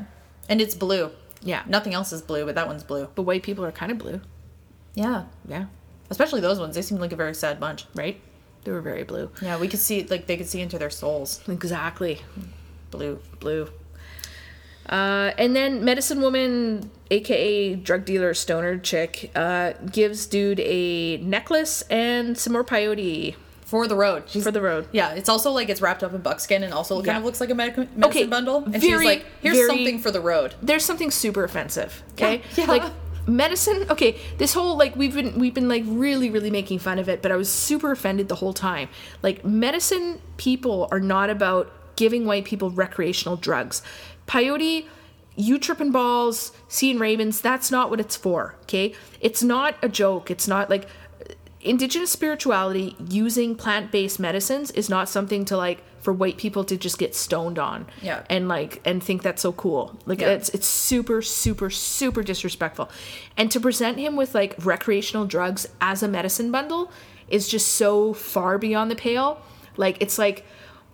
Speaker 1: And it's blue.
Speaker 2: Yeah.
Speaker 1: Nothing else is blue, but that one's blue.
Speaker 2: But white people are kind of blue.
Speaker 1: Yeah.
Speaker 2: Yeah,
Speaker 1: Especially those ones. They seem like a very sad bunch.
Speaker 2: right? They were very blue.
Speaker 1: Yeah, we could see like they could see into their souls.
Speaker 2: Exactly.
Speaker 1: Blue.
Speaker 2: blue. Uh, and then medicine woman, aka drug dealer stoner chick, uh, gives dude a necklace and some more peyote
Speaker 1: For the road. She's
Speaker 2: for the road.
Speaker 1: Yeah, it's also like it's wrapped up in buckskin and also kind
Speaker 2: Yeah.
Speaker 1: of looks like a medic- medicine
Speaker 2: Okay,
Speaker 1: bundle. And she's
Speaker 2: very,
Speaker 1: like, "Here's
Speaker 2: very-
Speaker 1: something for the road."
Speaker 2: There's something super offensive. Okay,
Speaker 1: Yeah, yeah.
Speaker 2: like medicine. Okay, this whole like we've been we've been like really really making fun of it, but I was super offended the whole time. Like medicine people are not about giving white people recreational drugs. Peyote you tripping balls, seeing ravens, that's not what it's for, okay? It's not a joke. It's not like indigenous spirituality using plant-based medicines is not something to like for white people to just get stoned on
Speaker 1: Yeah.
Speaker 2: and like and think that's so cool like
Speaker 1: Yeah.
Speaker 2: it's it's super super super disrespectful and to present him with like recreational drugs as a medicine bundle is just so far beyond the pale like it's like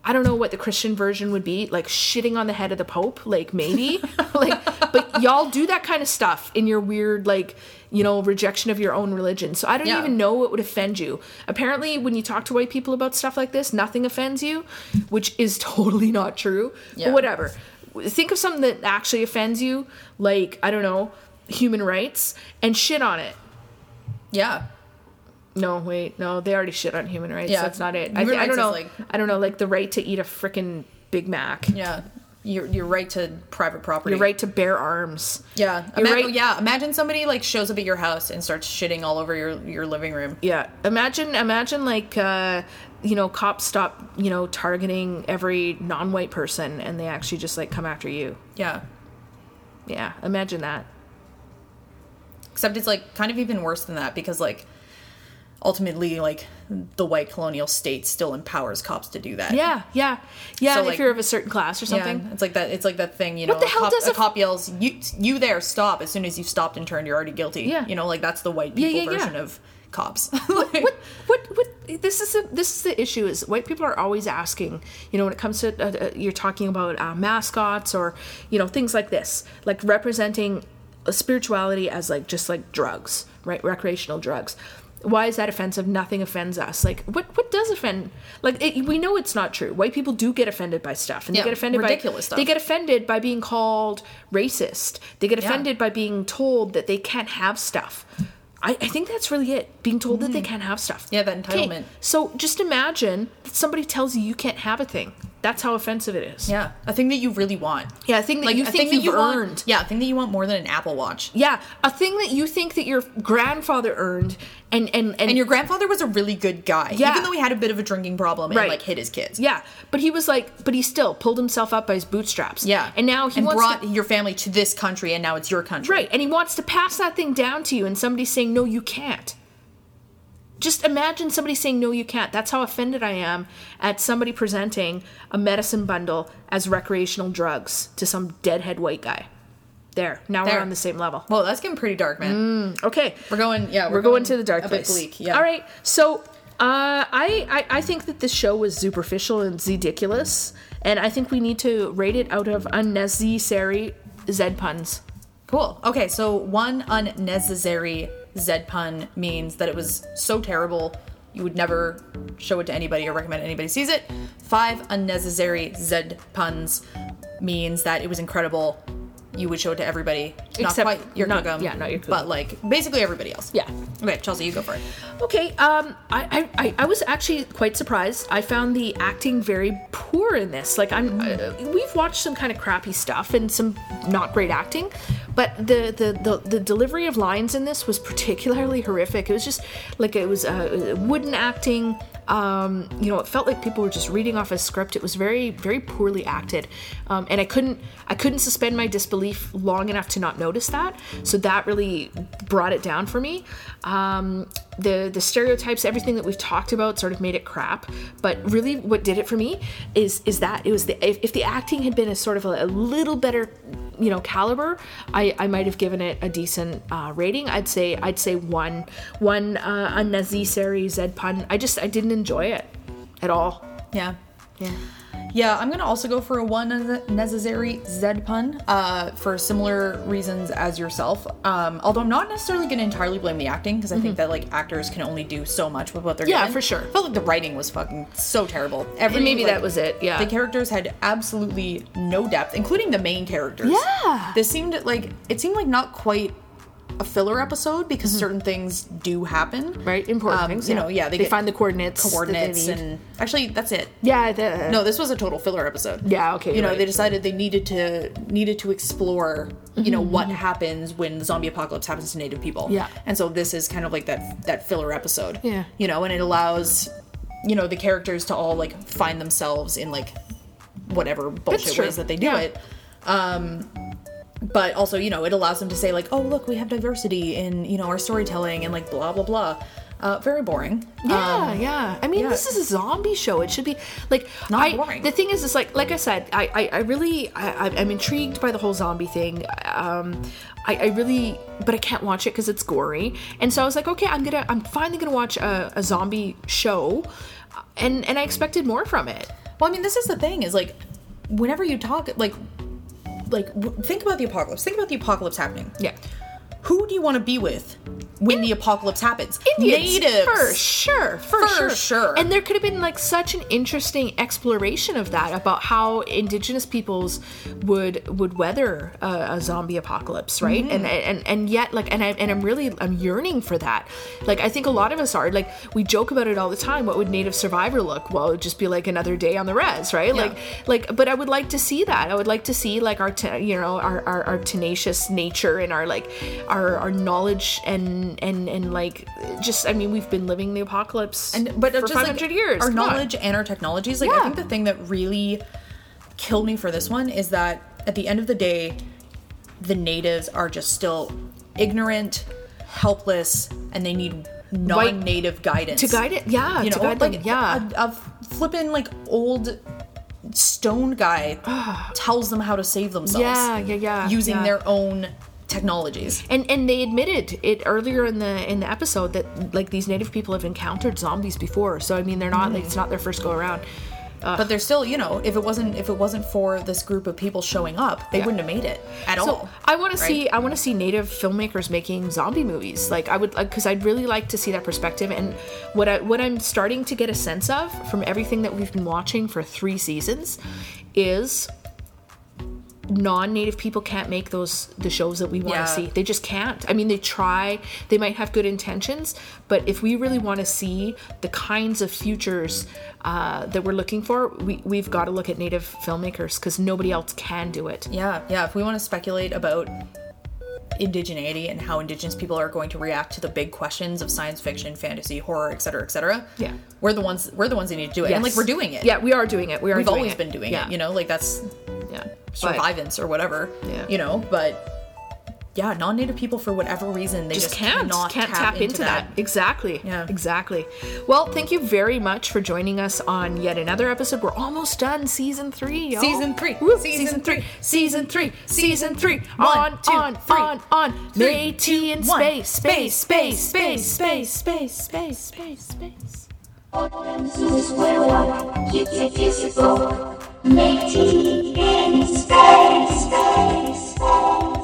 Speaker 2: I don't know what the Christian version would be, like shitting on the head of the Pope, like maybe. like but y'all do that kind of stuff in your weird, like, you know, rejection of your own religion. So I don't
Speaker 1: Yeah.
Speaker 2: even know what would offend you. Apparently when you talk to white people about stuff like this, nothing offends you, which is totally not true.
Speaker 1: Yeah.
Speaker 2: But whatever. Think of something that actually offends you, like, I don't know, human rights, and shit on it.
Speaker 1: Yeah.
Speaker 2: No, wait, no, they already shit on human rights.
Speaker 1: Yeah.
Speaker 2: That's not it. I,
Speaker 1: Human
Speaker 2: thi- I
Speaker 1: rights
Speaker 2: don't
Speaker 1: is
Speaker 2: know.
Speaker 1: like-
Speaker 2: I don't know, like the right to eat a freaking Big Mac.
Speaker 1: Yeah. Your your right to private property.
Speaker 2: Your right to bear arms.
Speaker 1: Yeah.
Speaker 2: Your
Speaker 1: Ima-
Speaker 2: right-
Speaker 1: Yeah. Imagine somebody like shows up at your house and starts shitting all over your your living room.
Speaker 2: Yeah. Imagine imagine like uh you know, cops stop, you know, targeting every non white person and they actually just like come after you.
Speaker 1: Yeah.
Speaker 2: Yeah. Imagine that.
Speaker 1: Except it's like kind of even worse than that because like ultimately like the white colonial state still empowers cops to do that.
Speaker 2: Yeah, yeah. Yeah,
Speaker 1: So,
Speaker 2: if
Speaker 1: like-
Speaker 2: you're of a certain class or
Speaker 1: Yeah,
Speaker 2: something.
Speaker 1: it's like that. It's like that thing, you know.
Speaker 2: the hell
Speaker 1: a cop,
Speaker 2: does
Speaker 1: a
Speaker 2: a-
Speaker 1: cop yells, "You, you there, stop!" As soon as you've stopped and turned, you're already guilty.
Speaker 2: Yeah.
Speaker 1: you know, like that's the white
Speaker 2: Yeah,
Speaker 1: people
Speaker 2: yeah, yeah.
Speaker 1: version of cops.
Speaker 2: what what what this is the this is the issue is white people are always asking you know when it comes to uh, uh, you're talking about uh, mascots or you know things like this like representing spirituality as like just like drugs right recreational drugs why is that offensive nothing offends us like what what does offend like it, we know it's not true white people do get offended by stuff and they
Speaker 1: Yeah,
Speaker 2: get offended by
Speaker 1: ridiculous stuff.
Speaker 2: they get offended by being called racist they get offended by being told that they can't have stuff I, I think that's really it. Being told that they can't have stuff.
Speaker 1: Mm. Yeah, that
Speaker 2: 'Kay,
Speaker 1: entitlement.
Speaker 2: So just imagine that somebody tells you you can't have a thing. That's how offensive it is.
Speaker 1: yeah, a thing that you really want.
Speaker 2: Yeah, a thing that you
Speaker 1: a
Speaker 2: think
Speaker 1: thing
Speaker 2: you've
Speaker 1: want-
Speaker 2: earned.
Speaker 1: yeah, a thing that you want more than an Apple Watch.
Speaker 2: Yeah, a thing that you think that your grandfather earned, and and and,
Speaker 1: And your grandfather was a really good guy,
Speaker 2: Yeah.
Speaker 1: even though he had a bit of a drinking problem and
Speaker 2: Right.
Speaker 1: like hit his kids.
Speaker 2: yeah, but he was like, but he still pulled himself up by his bootstraps.
Speaker 1: yeah.
Speaker 2: and now he
Speaker 1: and
Speaker 2: wants
Speaker 1: brought
Speaker 2: to,
Speaker 1: your family to this country, and now it's your country.
Speaker 2: Right, and he wants to pass that thing down to you, and somebody's saying, no, you can't. Just imagine somebody saying, no, you can't. That's how offended I am at somebody presenting a medicine bundle as recreational drugs to some deadhead white guy. There, now
Speaker 1: There.
Speaker 2: we're on the same level.
Speaker 1: Whoa, that's getting pretty dark, man.
Speaker 2: Okay,
Speaker 1: We're going. Yeah,
Speaker 2: Mm. we're, going, to the dark
Speaker 1: a
Speaker 2: place.
Speaker 1: Bit bleak. Yeah.
Speaker 2: All right, so uh, I, I I think that this show was superficial and ridiculous, and I think we need to rate it out of unnecessary Z puns.
Speaker 1: Cool. Okay, so one unnecessary Z pun means that it was so terrible you would never show it to anybody or recommend anybody sees it. Five unnecessary Z puns means that it was incredible. You would show it to everybody, not
Speaker 2: Except-
Speaker 1: quite your
Speaker 2: not-
Speaker 1: Gugum,
Speaker 2: yeah, not your Gugum.
Speaker 1: but like basically everybody else.
Speaker 2: Yeah.
Speaker 1: Okay, Chelsea, you go for it.
Speaker 2: Okay, um, I, I- I, I was actually quite surprised. I found the acting very poor in this. Like, I'm, uh, we've watched some kind of crappy stuff and some not great acting, but the, the, the, the delivery of lines in this was particularly horrific. It was just like it was uh, wooden acting, Um, you know, it felt like people were just reading off a script. It was very, very poorly acted, um, and I couldn't, I couldn't suspend my disbelief long enough to not notice that. So that really brought it down for me. Um, the the stereotypes, everything that we've talked about, sort of made it crap. But really, what did it for me is is that it was the if, if the acting had been a sort of a, a little better, you know, caliber, I, I might have given it a decent uh, rating. I'd say I'd say one one uh, unnecessary Z pun. I just I didn't enjoy it at all.
Speaker 1: Yeah. Yeah. Yeah, I'm gonna also go for a one necessary Z pun uh, for similar reasons as yourself. Um, although I'm not necessarily gonna entirely blame the acting because I think that like actors can only do so much with what they're
Speaker 2: Mm-hmm. Yeah,
Speaker 1: given.
Speaker 2: for sure.
Speaker 1: I felt like the writing was fucking so terrible. Every
Speaker 2: maybe
Speaker 1: like,
Speaker 2: that was it, yeah.
Speaker 1: the characters had absolutely no depth, including the main characters.
Speaker 2: Yeah.
Speaker 1: this seemed like it seemed like not quite a filler episode because certain things do happen.
Speaker 2: Mm-hmm. Right, important
Speaker 1: Um,
Speaker 2: things.
Speaker 1: You
Speaker 2: yeah.
Speaker 1: know, yeah, they,
Speaker 2: they
Speaker 1: get
Speaker 2: find the coordinates. that they
Speaker 1: coordinates
Speaker 2: need.
Speaker 1: and actually that's it.
Speaker 2: yeah, the,
Speaker 1: No, this was a total filler episode.
Speaker 2: Yeah, okay,
Speaker 1: You
Speaker 2: you're
Speaker 1: know,
Speaker 2: right.
Speaker 1: they decided they needed to needed to explore, you know, what happens when the zombie apocalypse happens to native people.
Speaker 2: Mm-hmm, Yeah.
Speaker 1: And so this is kind of like that that filler episode.
Speaker 2: Yeah.
Speaker 1: You know, and it allows, you know, the characters to all like find themselves in like whatever bullshit
Speaker 2: true.
Speaker 1: ways that they do
Speaker 2: Yeah.
Speaker 1: it. Um but also, you know, it allows them to say like, "Oh, look, we have diversity in, you know, our storytelling and like blah blah blah." Uh, very boring.
Speaker 2: Yeah, yeah. I mean,
Speaker 1: Um, yeah.
Speaker 2: this is a zombie show. It should be like
Speaker 1: Not
Speaker 2: I,
Speaker 1: boring.
Speaker 2: The thing is, it's like like I said, I I, I really I, I'm- I'm intrigued by the whole zombie thing. Um, I, I really, but I can't watch it because it's gory. And so I was like, okay, I'm gonna I'm finally gonna watch a, a zombie show, uh, and and I expected more from it.
Speaker 1: Well, I mean, this is the thing is like, whenever you talk, like, like w- think about the apocalypse. Think about the apocalypse happening.
Speaker 2: Yeah,
Speaker 1: Who do you want to be with when the apocalypse happens?
Speaker 2: Indians
Speaker 1: Natives.
Speaker 2: for sure, for,
Speaker 1: For
Speaker 2: sure,
Speaker 1: sure.
Speaker 2: And there could have been like such an interesting exploration of that about how indigenous peoples would would weather a, a zombie apocalypse, right? And and and yet like and I and I'm really I'm yearning for that. Like I think a lot of us are like we joke about it all the time. What would Native Survivor look? Well, it would just be like another day on the res, right? Like like but I would like to see that. I would like to see like our te- you know our, our our tenacious nature and our like our our knowledge and and and like just I mean we've been living the apocalypse
Speaker 1: And but
Speaker 2: for
Speaker 1: just
Speaker 2: 500
Speaker 1: like,
Speaker 2: years.
Speaker 1: our
Speaker 2: come on.
Speaker 1: knowledge and our technologies. Like, I
Speaker 2: Yeah.
Speaker 1: think the thing that really killed me for this one is that at the end of the day, the natives are just still ignorant, helpless, and they need non-native guidance
Speaker 2: to guide it. Yeah,
Speaker 1: you know,
Speaker 2: to guide
Speaker 1: like
Speaker 2: them. Yeah.
Speaker 1: a, a flippin' like old stone guy tells them how to save themselves.
Speaker 2: Yeah, yeah, yeah,
Speaker 1: Using
Speaker 2: yeah.
Speaker 1: their own technologies.
Speaker 2: and and they admitted it earlier in the in the episode that like these native people have encountered zombies before. So I mean they're not like it's not their first go around.
Speaker 1: But they're still, you know, if it wasn't if it wasn't for this group of people showing up, they
Speaker 2: Yeah.
Speaker 1: wouldn't have made it at all.
Speaker 2: So I want to see I want to see native filmmakers making zombie movies. Like I would like because I'd really like to see that perspective. And what I what I'm starting to get a sense of from everything that we've been watching for three seasons is non-native people can't make those the shows that we want to
Speaker 1: Yeah.
Speaker 2: see they just can't i mean they try they might have good intentions but if we really want to see the kinds of futures uh, that we're looking for we, we've got to look at native filmmakers because nobody else can do it
Speaker 1: Yeah, yeah. If we want to speculate about indigeneity and how indigenous people are going to react to the big questions of science fiction, fantasy, horror, et cetera, et cetera.
Speaker 2: Yeah.
Speaker 1: We're the ones we're the ones that need to do it. And like
Speaker 2: Yes.
Speaker 1: we're doing it.
Speaker 2: Yeah, we are doing it. We are.
Speaker 1: We've
Speaker 2: doing
Speaker 1: always
Speaker 2: it.
Speaker 1: been doing
Speaker 2: yeah.
Speaker 1: it, you know, like that's
Speaker 2: Yeah.
Speaker 1: survivance or whatever.
Speaker 2: Yeah.
Speaker 1: You know, but yeah, non-native people for whatever reason they
Speaker 2: But
Speaker 1: just,
Speaker 2: just can't
Speaker 1: cannot
Speaker 2: can't tap, into, that. Exactly.
Speaker 1: Yeah.
Speaker 2: Exactly. Well, thank you very much for joining us on yet another episode. We're almost done, season three. Y'all.
Speaker 1: Season three.
Speaker 2: Woo.
Speaker 1: Season
Speaker 2: Season, three. Season three. Season three.
Speaker 1: One,
Speaker 2: on,
Speaker 1: two,
Speaker 2: on,
Speaker 1: three.
Speaker 2: on, on.
Speaker 1: Three,
Speaker 2: May tea in
Speaker 1: two, one.
Speaker 2: space. Space. Space. Space. Space.
Speaker 1: space, space.
Speaker 3: This is where one gets a physical. Make tea in space, space, space.